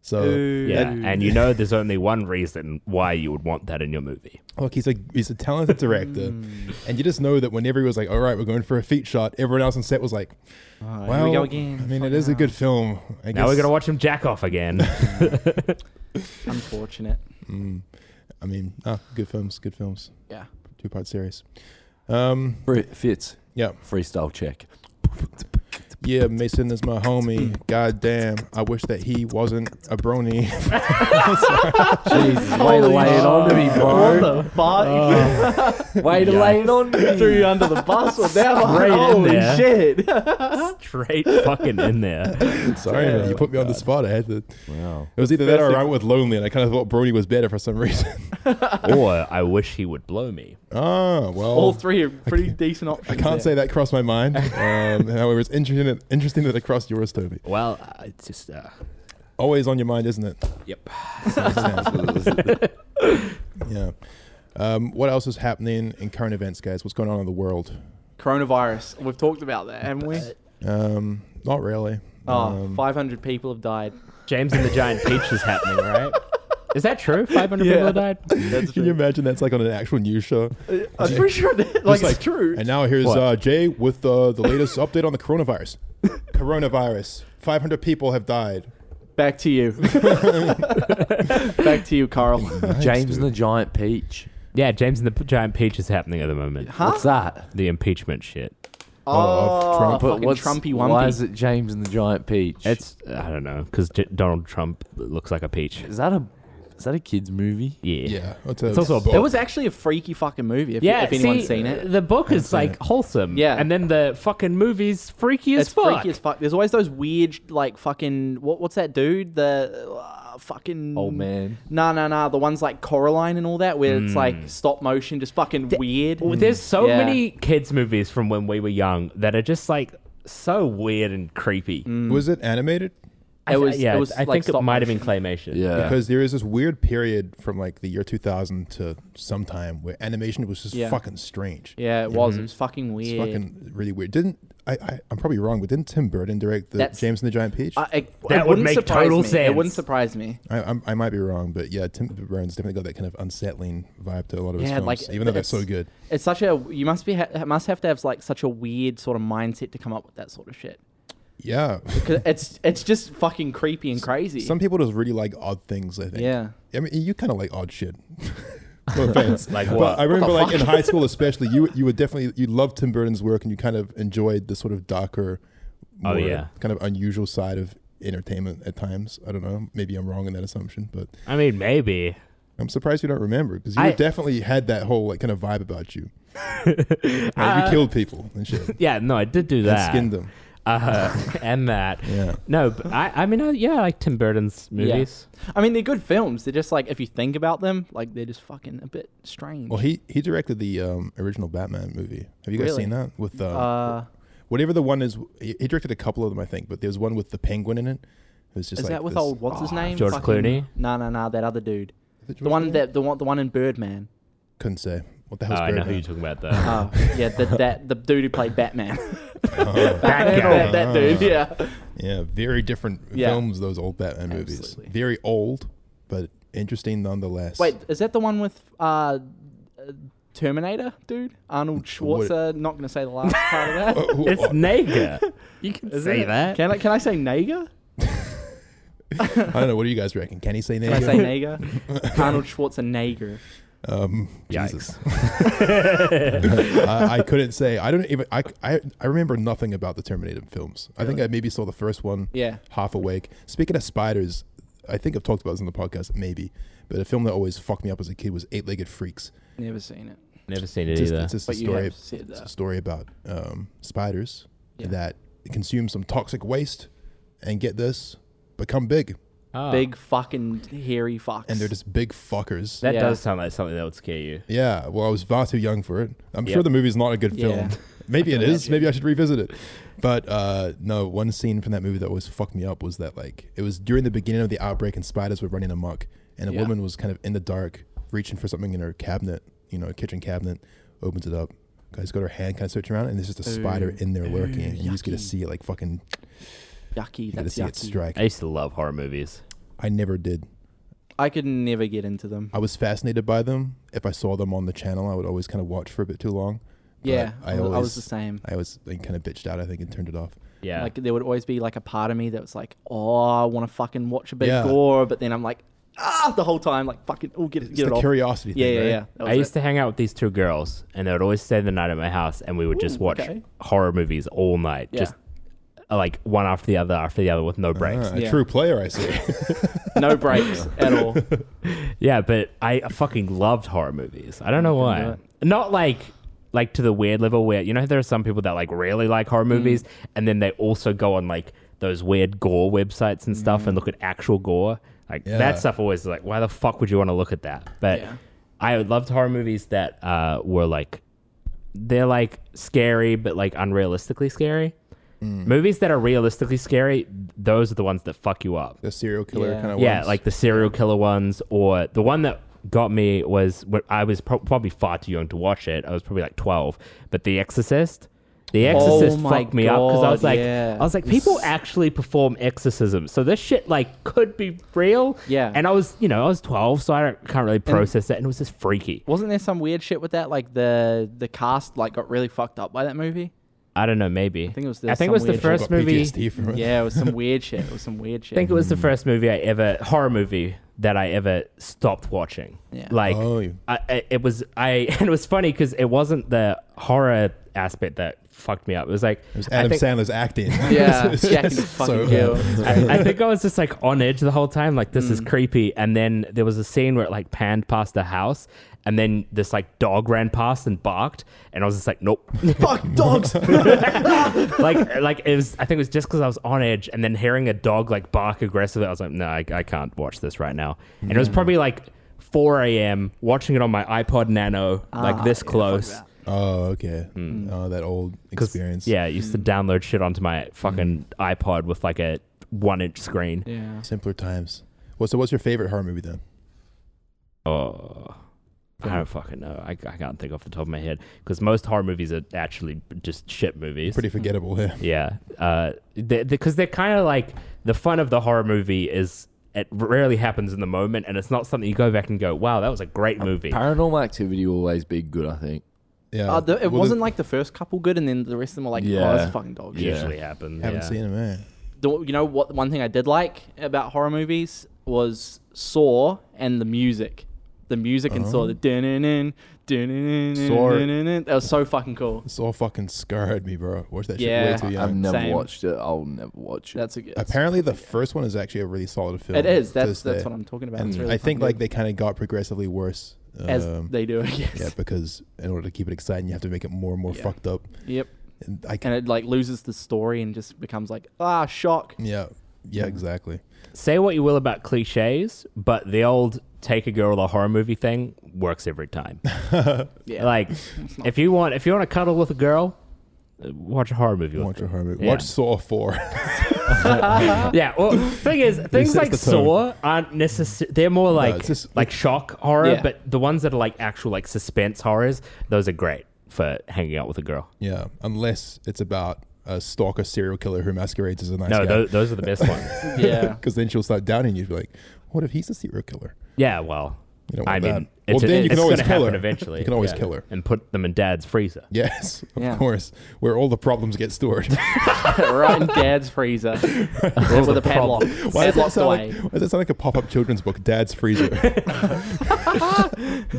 Speaker 1: So,
Speaker 2: yeah, and you know, there's only one reason why you would want that in your movie.
Speaker 1: look, he's a he's a talented director,
Speaker 2: Mm.
Speaker 3: Mm.
Speaker 1: and you just know that whenever he was like, "All right, we're going for a feet shot," everyone else on set was like,
Speaker 3: Oh,
Speaker 1: "Well,
Speaker 3: here we go again.
Speaker 1: I mean, it
Speaker 3: Fucking
Speaker 1: is a
Speaker 3: hell.
Speaker 1: good film." I guess.
Speaker 2: Now we're gonna watch him jack off again.
Speaker 3: Unfortunate.
Speaker 1: Mm, I mean, ah, good films, good films,
Speaker 3: Yeah.
Speaker 1: two part series. Um,
Speaker 4: Fr- Fitz.
Speaker 1: yeah.
Speaker 4: Freestyle check.
Speaker 1: Yeah, Mason is my homie. God damn. I wish that he wasn't a brony.
Speaker 4: Jesus, way to lay it on to me,
Speaker 3: What
Speaker 4: bro. Oh.
Speaker 3: the fuck?
Speaker 4: Way to lay it on to
Speaker 3: Threw
Speaker 4: me.
Speaker 3: you under the bus with that one.
Speaker 2: Straight in
Speaker 3: Holy
Speaker 2: there.
Speaker 3: shit.
Speaker 1: Oh.
Speaker 2: Straight fucking in there.
Speaker 1: Sorry, man. You put me on the spot. I had to. It
Speaker 4: Wow.
Speaker 1: was either that or
Speaker 3: Perfect.
Speaker 1: I went with Lonely, and I kind of thought Brony was better for some reason.
Speaker 2: or I wish he would blow me.
Speaker 1: Ah, well.
Speaker 3: All three are pretty decent
Speaker 1: I
Speaker 3: options.
Speaker 1: can't
Speaker 3: there.
Speaker 1: say that crossed my mind. Um, however, it's interesting, interesting that it crossed yours, Toby.
Speaker 2: Well, uh, it's just uh,
Speaker 1: Always on your mind, isn't it?
Speaker 2: yep.
Speaker 1: Yeah. Um, what else is happening in current events, guys? What's going on in the world?
Speaker 3: Coronavirus. We've talked about that, haven't we?
Speaker 1: Um, not really.
Speaker 3: Oh,
Speaker 1: Um,
Speaker 3: 500 people have died.
Speaker 2: James and the Giant Peach is happening, right? Is that true? Five hundred people died.
Speaker 3: That's
Speaker 1: Can you
Speaker 3: true.
Speaker 1: imagine that's like on an actual news show?
Speaker 3: I'm pretty sure that, like,
Speaker 1: Just
Speaker 3: it's true.
Speaker 1: And now here's
Speaker 2: What?
Speaker 1: uh, Jay with uh, the latest update on the coronavirus. coronavirus. 500 people have died.
Speaker 3: Back to you. Back to you, Carl.
Speaker 1: Nice,
Speaker 4: James
Speaker 1: dude.
Speaker 4: and the Giant Peach.
Speaker 2: Yeah, James and the P- Giant Peach is happening at the moment.
Speaker 3: Huh?
Speaker 4: What's that?
Speaker 2: The impeachment shit.
Speaker 1: Oh,
Speaker 3: Oh,
Speaker 1: Trump.
Speaker 3: Trump,
Speaker 1: But
Speaker 3: fucking
Speaker 4: what's-
Speaker 3: Trumpy
Speaker 4: Why is
Speaker 3: Wumpy.
Speaker 4: it James and the Giant Peach?
Speaker 2: It's I don't know because J- Donald Trump looks like a peach.
Speaker 4: is that a is that a kids movie?
Speaker 2: Yeah.
Speaker 1: Yeah,
Speaker 2: It's also a
Speaker 1: book.
Speaker 2: book.
Speaker 3: It was actually a freaky fucking movie. If,
Speaker 2: Yeah,
Speaker 3: if anyone's
Speaker 2: see,
Speaker 3: seen it,
Speaker 2: the book is like
Speaker 1: it.
Speaker 2: wholesome.
Speaker 3: Yeah.
Speaker 2: and then the fucking movie's freaky as
Speaker 3: it's
Speaker 2: fuck.
Speaker 3: freaky as fuck. There's always those weird, like fucking what? What's that dude? The uh, fucking
Speaker 4: Oh man.
Speaker 3: Nah, nah, nah. The ones like Coraline and all that, where it's like stop motion, just fucking weird.
Speaker 2: Mm. Well, There's so
Speaker 3: Yeah.
Speaker 2: many kids movies from when we were young that are just like so weird and creepy.
Speaker 1: Was it animated?
Speaker 2: I
Speaker 3: Mm. It
Speaker 2: th-
Speaker 3: was-
Speaker 2: yeah,
Speaker 3: it was,
Speaker 2: I
Speaker 3: like,
Speaker 2: think it
Speaker 3: stop
Speaker 2: might have been claymation.
Speaker 4: Yeah.
Speaker 1: Because there is this weird period from like the year 2000 to sometime where animation was just
Speaker 3: Yeah.
Speaker 1: fucking strange.
Speaker 3: Yeah, it
Speaker 2: Mm-hmm.
Speaker 3: was. It was fucking weird.
Speaker 1: It's fucking really weird. Didn't I, I? I'm probably wrong, but didn't Tim Burton direct the
Speaker 3: That's-
Speaker 1: James and the Giant Peach?
Speaker 3: I,
Speaker 1: I,
Speaker 3: it,
Speaker 2: That
Speaker 3: it
Speaker 2: would
Speaker 3: wouldn't
Speaker 2: make
Speaker 3: surprise
Speaker 2: total
Speaker 3: me. It wouldn't
Speaker 2: sense.
Speaker 3: surprise me.
Speaker 1: I'm- I, might be wrong, but yeah, Tim Burton's definitely got that kind of unsettling vibe to a lot of his
Speaker 3: Yeah,
Speaker 1: films,
Speaker 3: like,
Speaker 1: even though they're so
Speaker 3: it's-
Speaker 1: good.
Speaker 3: It's such a you must be ha- must have to have like such a weird sort of mindset to come up with that sort of shit.
Speaker 1: Yeah,
Speaker 3: 'Cause it's it's just fucking creepy and crazy.
Speaker 1: some people just really like odd things. I think.
Speaker 3: Yeah.
Speaker 1: I mean, you kind of like odd shit. no offense.
Speaker 2: Like
Speaker 1: But
Speaker 2: what?
Speaker 1: I remember,
Speaker 3: What
Speaker 1: like
Speaker 3: the
Speaker 1: in high school, especially, you you would definitely you loved Tim Burton's work, and you kind of enjoyed the sort of darker,
Speaker 2: Oh,
Speaker 1: more
Speaker 2: yeah.
Speaker 1: kind of unusual side of entertainment at times. I don't know. Maybe I'm wrong in that assumption, but
Speaker 2: I mean maybe.
Speaker 1: I'm surprised you don't remember because you
Speaker 2: I-
Speaker 1: definitely had that whole like kind of vibe about you. Like, you killed people and shit,
Speaker 2: Yeah, no, I did do
Speaker 1: and
Speaker 2: that.
Speaker 1: skinned them.
Speaker 2: uh, and that.
Speaker 1: Yeah.
Speaker 2: No, but I, I mean, I, yeah, I like Tim Burton's
Speaker 3: Yeah.
Speaker 2: movies.
Speaker 3: I mean, they're good films. They're just like if you think about them, like they're just fucking a bit strange.
Speaker 1: Well, he he directed the um, original Batman movie. Have you guys
Speaker 3: Really?
Speaker 1: seen that with uh,
Speaker 3: uh,
Speaker 1: whatever the one is? He he directed a couple of them, I think, but there's one with the penguin in it. It was just
Speaker 3: is
Speaker 1: like
Speaker 3: that with
Speaker 1: this-
Speaker 3: old what's his name?
Speaker 2: George Clooney?
Speaker 3: No, no, no, that other dude.
Speaker 1: Is it
Speaker 3: The
Speaker 1: George
Speaker 3: one
Speaker 1: Clooney?
Speaker 3: that the one the one in Birdman.
Speaker 1: couldn't say what the
Speaker 2: Oh,
Speaker 1: hell's
Speaker 2: I know who
Speaker 1: Birdman?
Speaker 2: you're talking about, though.
Speaker 3: Oh, yeah, the, that the dude who played Batman.
Speaker 2: That guy.
Speaker 3: that, that dude, yeah.
Speaker 1: Oh, Yeah, very different
Speaker 3: Yeah.
Speaker 1: films. Those old Batman movies,
Speaker 3: Absolutely.
Speaker 1: very old, but interesting nonetheless.
Speaker 3: Wait, is that the one with uh, Terminator, dude? Arnold Schwarzer. Not gonna say the last part of that.
Speaker 1: Who-
Speaker 2: It's
Speaker 1: oh,
Speaker 2: Naga. You can say that.
Speaker 3: Can I can I say Naga?
Speaker 1: I don't know. What do you guys reckon? Can he say
Speaker 3: Can I
Speaker 1: name?
Speaker 3: say Naga? Arnold Schwarzenegger.
Speaker 1: um,
Speaker 2: Yikes.
Speaker 1: Jesus. I, I couldn't say. I don't even. I, I I remember nothing about the Terminator films. I think I maybe saw the first one.
Speaker 3: Yeah.
Speaker 1: Half awake. Speaking of spiders, I think I've talked about this on the podcast maybe, but a film that always fucked me up as a kid was Eight Legged Freaks.
Speaker 3: Never seen it.
Speaker 2: Never seen it
Speaker 1: Just-
Speaker 2: either.
Speaker 1: It's just a
Speaker 3: But you
Speaker 1: story.
Speaker 3: have said
Speaker 1: It's a
Speaker 3: that.
Speaker 1: story about um, spiders
Speaker 3: Yeah.
Speaker 1: that consume some toxic waste and get this become big,
Speaker 2: Oh.
Speaker 3: Big fucking hairy fox.
Speaker 1: and they're just big fuckers.
Speaker 2: That
Speaker 3: Yeah.
Speaker 2: does sound like something that would scare you.
Speaker 1: Yeah, well, I was far too young for it. I'm sure
Speaker 2: Yep.
Speaker 1: the movie's not a good film.
Speaker 3: Yeah.
Speaker 1: Maybe it
Speaker 3: can
Speaker 1: is. Maybe I should revisit it. But uh, no, one scene from that movie that always fucked me up was that like it was during the beginning of the outbreak and spiders were running amok, and a
Speaker 3: Yeah.
Speaker 1: woman was kind of in the dark reaching for something in her cabinet, you know, kitchen cabinet, opens it up. Guys, got her hand kind of searching around, and there's just a spider in there lurking, and you just get to
Speaker 3: yucky.
Speaker 1: see it like fucking,
Speaker 3: yucky.
Speaker 1: you get to
Speaker 3: That's
Speaker 1: see it
Speaker 3: yucky.
Speaker 1: strike.
Speaker 2: I used to love horror movies.
Speaker 1: I never did.
Speaker 3: I could never get into them.
Speaker 1: I was fascinated by them. If I saw them on the channel, I would always kind of watch for a bit too long. But
Speaker 3: Yeah,
Speaker 1: I,
Speaker 3: I was- I
Speaker 1: always,
Speaker 3: was the same.
Speaker 1: I was like, kind of bitched out, I think, and turned it off.
Speaker 2: Yeah.
Speaker 3: Like there would always be like a part of me that was like, oh, I want to fucking watch a bit
Speaker 1: Yeah.
Speaker 3: of gore, but then I'm like, ah, the whole time, like fucking, oh, get it,
Speaker 1: It's
Speaker 3: get it
Speaker 1: the
Speaker 3: off.
Speaker 1: curiosity
Speaker 3: yeah,
Speaker 1: thing,
Speaker 3: yeah,
Speaker 1: right?
Speaker 3: yeah. That
Speaker 2: I
Speaker 3: was
Speaker 2: used
Speaker 3: it.
Speaker 2: to hang out with these two girls, and they would always stay the night at my house, and we would just
Speaker 3: Ooh,
Speaker 2: watch
Speaker 3: okay.
Speaker 2: horror movies all night,
Speaker 3: Yeah.
Speaker 2: just uh, like one after the other after the other with no breaks.
Speaker 1: Ah,
Speaker 3: Yeah.
Speaker 1: A true player, I see.
Speaker 3: no breaks at all.
Speaker 2: Yeah, but I fucking loved horror movies. I don't know
Speaker 3: do
Speaker 2: why. Not like like to the weird level where you know there are some people that like really like
Speaker 3: Mm.
Speaker 2: horror movies and then they also go on like those weird gore websites and stuff
Speaker 3: Mm.
Speaker 2: and look at actual gore. Like
Speaker 1: Yeah.
Speaker 2: that stuff always is like why the fuck would you want to look at that? But
Speaker 3: Yeah.
Speaker 2: I loved horror movies that uh, were like they're like scary but like unrealistically scary.
Speaker 3: Mm.
Speaker 2: Movies that are realistically scary, those are the ones that fuck you up.
Speaker 1: the serial killer
Speaker 3: Yeah.
Speaker 1: kind of
Speaker 2: Yeah, like the serial killer ones, or the one that got me was wh- I was pro- probably far too young to watch it. I was probably like twelve, but The Exorcist. The Exorcist
Speaker 3: Oh my
Speaker 2: fucked me up because I was
Speaker 3: God,
Speaker 2: like,
Speaker 3: yeah.
Speaker 2: I was like, people actually perform exorcisms, so this shit like could be real.
Speaker 3: Yeah.
Speaker 2: and I was, you know, I was twelve, so I don't, can't really process that, and it was just freaky.
Speaker 3: Wasn't there some weird shit with that? Like the the cast like got really fucked up by that movie.
Speaker 2: I don't know. Maybe.
Speaker 3: I think it was.
Speaker 2: I think it was the
Speaker 3: some weird
Speaker 1: Got
Speaker 2: first movie.
Speaker 1: PTSD from
Speaker 3: shit.
Speaker 1: it.
Speaker 3: Yeah, it was some weird shit. It was some weird shit.
Speaker 2: I think it
Speaker 1: Mm.
Speaker 2: was the first movie I ever horror movie that I ever stopped watching.
Speaker 3: Yeah.
Speaker 2: Like
Speaker 1: Oh, yeah.
Speaker 2: I, I- it was I and it was funny because it wasn't the horror aspect that fucked me up. It was like
Speaker 1: It was
Speaker 2: I
Speaker 1: Adam
Speaker 2: think-
Speaker 1: Sandler's acting.
Speaker 3: Yeah,
Speaker 1: It's
Speaker 3: Jack and
Speaker 1: just
Speaker 3: fucking
Speaker 1: so uh,
Speaker 3: Jill.
Speaker 1: bad.
Speaker 2: I, I think I was just like on edge the whole time, like this is creepy. And then there was a scene where it like panned past the house, and then this like dog ran past and barked, and I was just like, nope.
Speaker 3: Fuck dogs.
Speaker 2: like like it was. I think it was just because I was on edge, and then hearing a dog like bark aggressively, I was like, no, I, I can't watch this right now. And it was probably like 4 a.m. watching it on my iPod Nano, like this close.
Speaker 1: Oh, okay.
Speaker 3: Hmm.
Speaker 1: Oh, that old
Speaker 2: Hmm. 'Cause,
Speaker 1: experience.
Speaker 2: Yeah, I used to download shit onto my fucking iPod with like a one inch screen.
Speaker 3: yeah.
Speaker 1: Simpler times. Well, so what's your favorite horror movie then?
Speaker 2: Oh, I don't fucking know. I, I can't think off the top of my head because most horror movies are actually just shit movies.
Speaker 1: Pretty forgettable, yeah.
Speaker 2: Yeah, because uh, they, because they're kind of like the fun of the horror movie is it rarely happens in the moment, and it's not something you go back and go, "Wow, that was a great movie."
Speaker 4: Paranormal Activity will always be good, I think.
Speaker 1: Yeah.
Speaker 3: Uh, the, it
Speaker 1: Well, the-
Speaker 3: wasn't like the first couple good, and then the rest of them were like,
Speaker 4: Yeah.
Speaker 3: oh, that's fucking dogs.
Speaker 4: Yeah.
Speaker 2: Usually happens.
Speaker 1: Haven't
Speaker 2: yeah.
Speaker 1: seen it, man.
Speaker 3: The- you know what? One thing I did like about horror movies was Saw and the music. The music and Saw. The dun-dun-dun, dun-dun-dun,
Speaker 1: Oh. Saw.
Speaker 3: dun-dun-dun. That was so fucking cool.
Speaker 1: It's all fucking scarred me, bro. Watch that
Speaker 3: Yeah.
Speaker 1: shit way too
Speaker 4: I've
Speaker 1: young.
Speaker 4: never
Speaker 3: Same.
Speaker 4: watched it. I'll never watch it.
Speaker 3: That's a good.
Speaker 1: Apparently, the first one is actually a really solid film.
Speaker 3: it is.
Speaker 1: to
Speaker 3: That's
Speaker 1: this
Speaker 3: that's
Speaker 1: day.
Speaker 3: what I'm talking about.
Speaker 1: And
Speaker 3: It's really
Speaker 1: I think like
Speaker 3: fucking
Speaker 1: they kind of got progressively worse.
Speaker 3: good. as
Speaker 1: Um,
Speaker 3: they do, I guess.
Speaker 1: yeah, because in order to keep it exciting, you have to make it more and more
Speaker 3: Yeah.
Speaker 1: fucked up.
Speaker 3: Yep.
Speaker 1: And I can,
Speaker 3: And it like loses the story and just becomes like ah shock.
Speaker 1: yeah, yeah,
Speaker 3: Mm-hmm.
Speaker 1: exactly.
Speaker 2: Say what you will about cliches, but the old take a girl to a horror movie thing works every time.
Speaker 3: Yeah.
Speaker 2: Like,
Speaker 3: not-
Speaker 2: if you want if you want to cuddle with a girl, uh, watch a horror movie. with
Speaker 1: Watch a
Speaker 2: her.
Speaker 1: horror movie.
Speaker 2: Yeah.
Speaker 1: Watch Saw Four.
Speaker 2: yeah. Well, thing is, things
Speaker 1: sets
Speaker 2: like
Speaker 1: the tone.
Speaker 2: Saw aren't necessary. They're more like
Speaker 1: it's just-
Speaker 2: like shock horror,
Speaker 3: Yeah.
Speaker 2: but the ones that are like actual like suspense horrors, those are great for hanging out with a girl.
Speaker 1: yeah, unless it's about a stalker serial killer who masquerades as a nice
Speaker 2: No,
Speaker 1: guy.
Speaker 2: tho- those are the best ones.
Speaker 3: yeah.
Speaker 1: because then she'll start doubting you. She'll be like, "What if he's a serial killer?"
Speaker 2: Yeah. Well,
Speaker 1: You don't
Speaker 2: I
Speaker 1: want
Speaker 2: mean,
Speaker 1: that. Well,
Speaker 2: it's,
Speaker 1: then you
Speaker 2: it's
Speaker 1: can always
Speaker 2: gonna
Speaker 1: kill
Speaker 2: happen
Speaker 1: her.
Speaker 2: eventually.
Speaker 1: You can always
Speaker 2: yeah.
Speaker 1: kill her.
Speaker 2: and put them in dad's freezer.
Speaker 1: Yes, of
Speaker 3: Yeah.
Speaker 1: course. Where all the problems get stored.
Speaker 3: right in dad's freezer with a padlock.
Speaker 1: Why does, that
Speaker 3: Padlocked
Speaker 1: sound
Speaker 3: away.
Speaker 1: like, why does that sound like a pop-up children's book? Dad's freezer.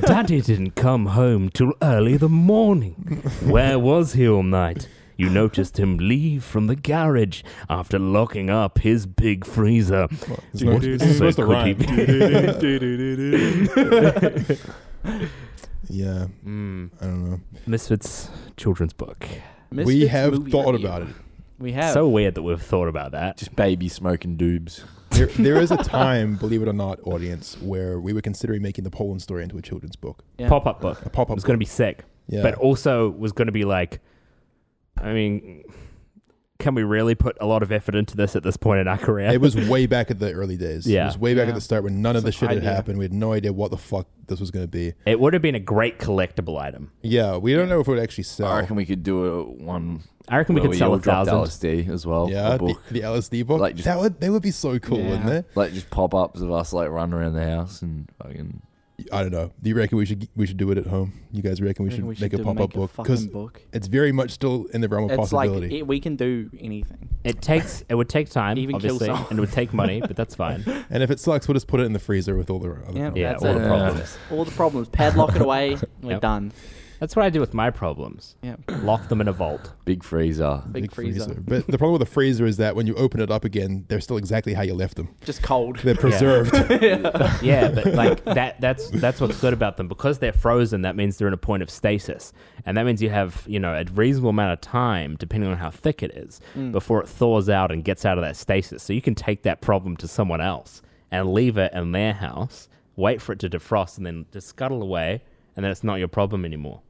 Speaker 2: Daddy didn't come home till early the morning. Where was he all night? You noticed him leave from the garage after locking up his big freezer.
Speaker 1: It's not- this is supposed to
Speaker 2: could he
Speaker 1: rhyme. Yeah,
Speaker 2: Mm.
Speaker 1: I don't know.
Speaker 2: Misfits children's book.
Speaker 1: we
Speaker 3: Misfits
Speaker 1: have
Speaker 3: movie
Speaker 1: thought
Speaker 3: review.
Speaker 1: about it.
Speaker 3: We have.
Speaker 2: So weird that we've thought about that.
Speaker 4: Just baby smoking doobs.
Speaker 1: There, there is a time, believe it or not, audience, where we were considering making the Poland story into a children's book.
Speaker 3: Yeah.
Speaker 2: Pop up book.
Speaker 1: A pop-up
Speaker 2: was going to be sick,
Speaker 1: Yeah.
Speaker 2: but also was going to be like, I mean, can we really put a lot of effort into this at this point in our career?
Speaker 1: It was way back at the early days.
Speaker 2: Yeah.
Speaker 1: It was way back
Speaker 3: Yeah.
Speaker 1: at the start when none of the
Speaker 3: It's an
Speaker 1: shit had
Speaker 3: idea.
Speaker 1: happened. We had no idea what the fuck this was going to be.
Speaker 2: It would have been a great collectible item.
Speaker 1: Yeah, we don't know if it would actually sell.
Speaker 4: I reckon we could do a one.
Speaker 2: I reckon we
Speaker 4: where
Speaker 2: could sell
Speaker 4: all
Speaker 2: a
Speaker 4: dropped
Speaker 2: thousand.
Speaker 4: LSD as well.
Speaker 1: yeah,
Speaker 4: a
Speaker 1: the,
Speaker 4: book.
Speaker 1: the LSD book.
Speaker 4: Like, just-
Speaker 1: that would they would be so cool,
Speaker 3: Yeah.
Speaker 1: wouldn't
Speaker 4: like just pop ups of us like running around the house and fucking.
Speaker 1: it? I don't know. Do you reckon we should we should do it at home? You guys reckon we
Speaker 3: I
Speaker 1: should
Speaker 3: reckon
Speaker 1: make
Speaker 3: do
Speaker 1: a pop up book
Speaker 3: fucking
Speaker 1: because
Speaker 3: book.
Speaker 1: it's very much still in the realm of
Speaker 3: It's like
Speaker 1: possibility.
Speaker 3: it, we can do anything.
Speaker 2: It takes. It would take time,
Speaker 3: Even kill
Speaker 2: obviously,
Speaker 3: someone.
Speaker 2: and it would take money, but that's fine.
Speaker 1: and if it sucks, we'll just put it in the freezer with all the other.
Speaker 3: Yeah.
Speaker 1: problems.
Speaker 2: Yeah,
Speaker 3: That's
Speaker 2: all the
Speaker 4: it.
Speaker 2: problems.
Speaker 3: All the problems. Padlock it away. We're
Speaker 2: Yep.
Speaker 3: done.
Speaker 2: That's what I do with my problems.
Speaker 3: Yeah.
Speaker 2: Lock them in a vault.
Speaker 4: Big freezer.
Speaker 3: Big, freezer.
Speaker 1: But the problem with the freezer is that when you open it up again, they're still exactly how you left them.
Speaker 3: Just cold.
Speaker 1: They're preserved.
Speaker 2: Yeah, but like that. That's that's what's good about them because they're frozen. That means they're in a point of stasis, and that means you have you know a reasonable amount of time, depending on how thick it is,
Speaker 3: Mm.
Speaker 2: before it thaws out and gets out of that stasis. So you can take that problem to someone else and leave it in their house, wait for it to defrost, and then just scuttle away, and then it's not your problem anymore.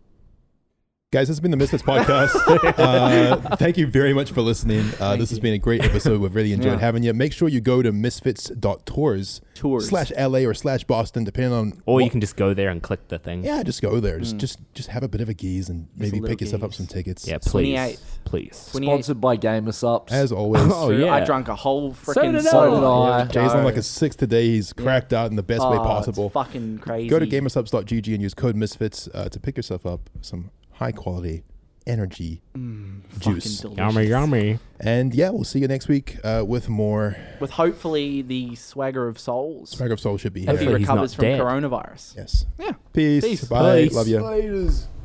Speaker 1: Guys, this has been the Misfits Podcast. uh, thank you very much for listening. Uh, this has been a great episode. We've really enjoyed
Speaker 3: Yeah.
Speaker 1: having you. Make sure you go to misfits.tours
Speaker 3: Tours.
Speaker 1: slash LA or slash Boston, depending on.
Speaker 2: Or you
Speaker 1: what-
Speaker 2: can just go there and click the thing.
Speaker 1: Yeah, just go there. Just, just just have a bit of a geeze and maybe
Speaker 3: little
Speaker 1: pick yourself up
Speaker 3: geeze.
Speaker 1: some tickets.
Speaker 2: Yeah, please,
Speaker 3: 28th.
Speaker 2: please.
Speaker 3: 28
Speaker 4: Sponsored by Gamersups.
Speaker 1: As always.
Speaker 2: Oh, yeah.
Speaker 3: I drunk a whole freaking
Speaker 2: did I.
Speaker 3: soda.
Speaker 4: So did I.
Speaker 1: Jay's on like a six today. He's cracked out in the best way
Speaker 3: Oh, it's
Speaker 1: possible.
Speaker 3: fucking crazy.
Speaker 1: Go to gamersubs.gg and use code misfits uh, to pick yourself up some high quality energy
Speaker 3: Fucking
Speaker 1: juice.
Speaker 3: delicious.
Speaker 2: Yummy, yummy.
Speaker 1: And yeah, we'll see you next week uh, with more.
Speaker 3: With hopefully the swagger of souls.
Speaker 1: Swag of Soul should be
Speaker 3: if he
Speaker 1: here.
Speaker 2: Hopefully he's not
Speaker 3: recovers from
Speaker 2: dead.
Speaker 3: coronavirus.
Speaker 1: Yes.
Speaker 3: Yeah.
Speaker 1: Peace.
Speaker 3: Peace.
Speaker 1: Bye.
Speaker 2: Peace.
Speaker 1: Love you.
Speaker 4: Laters.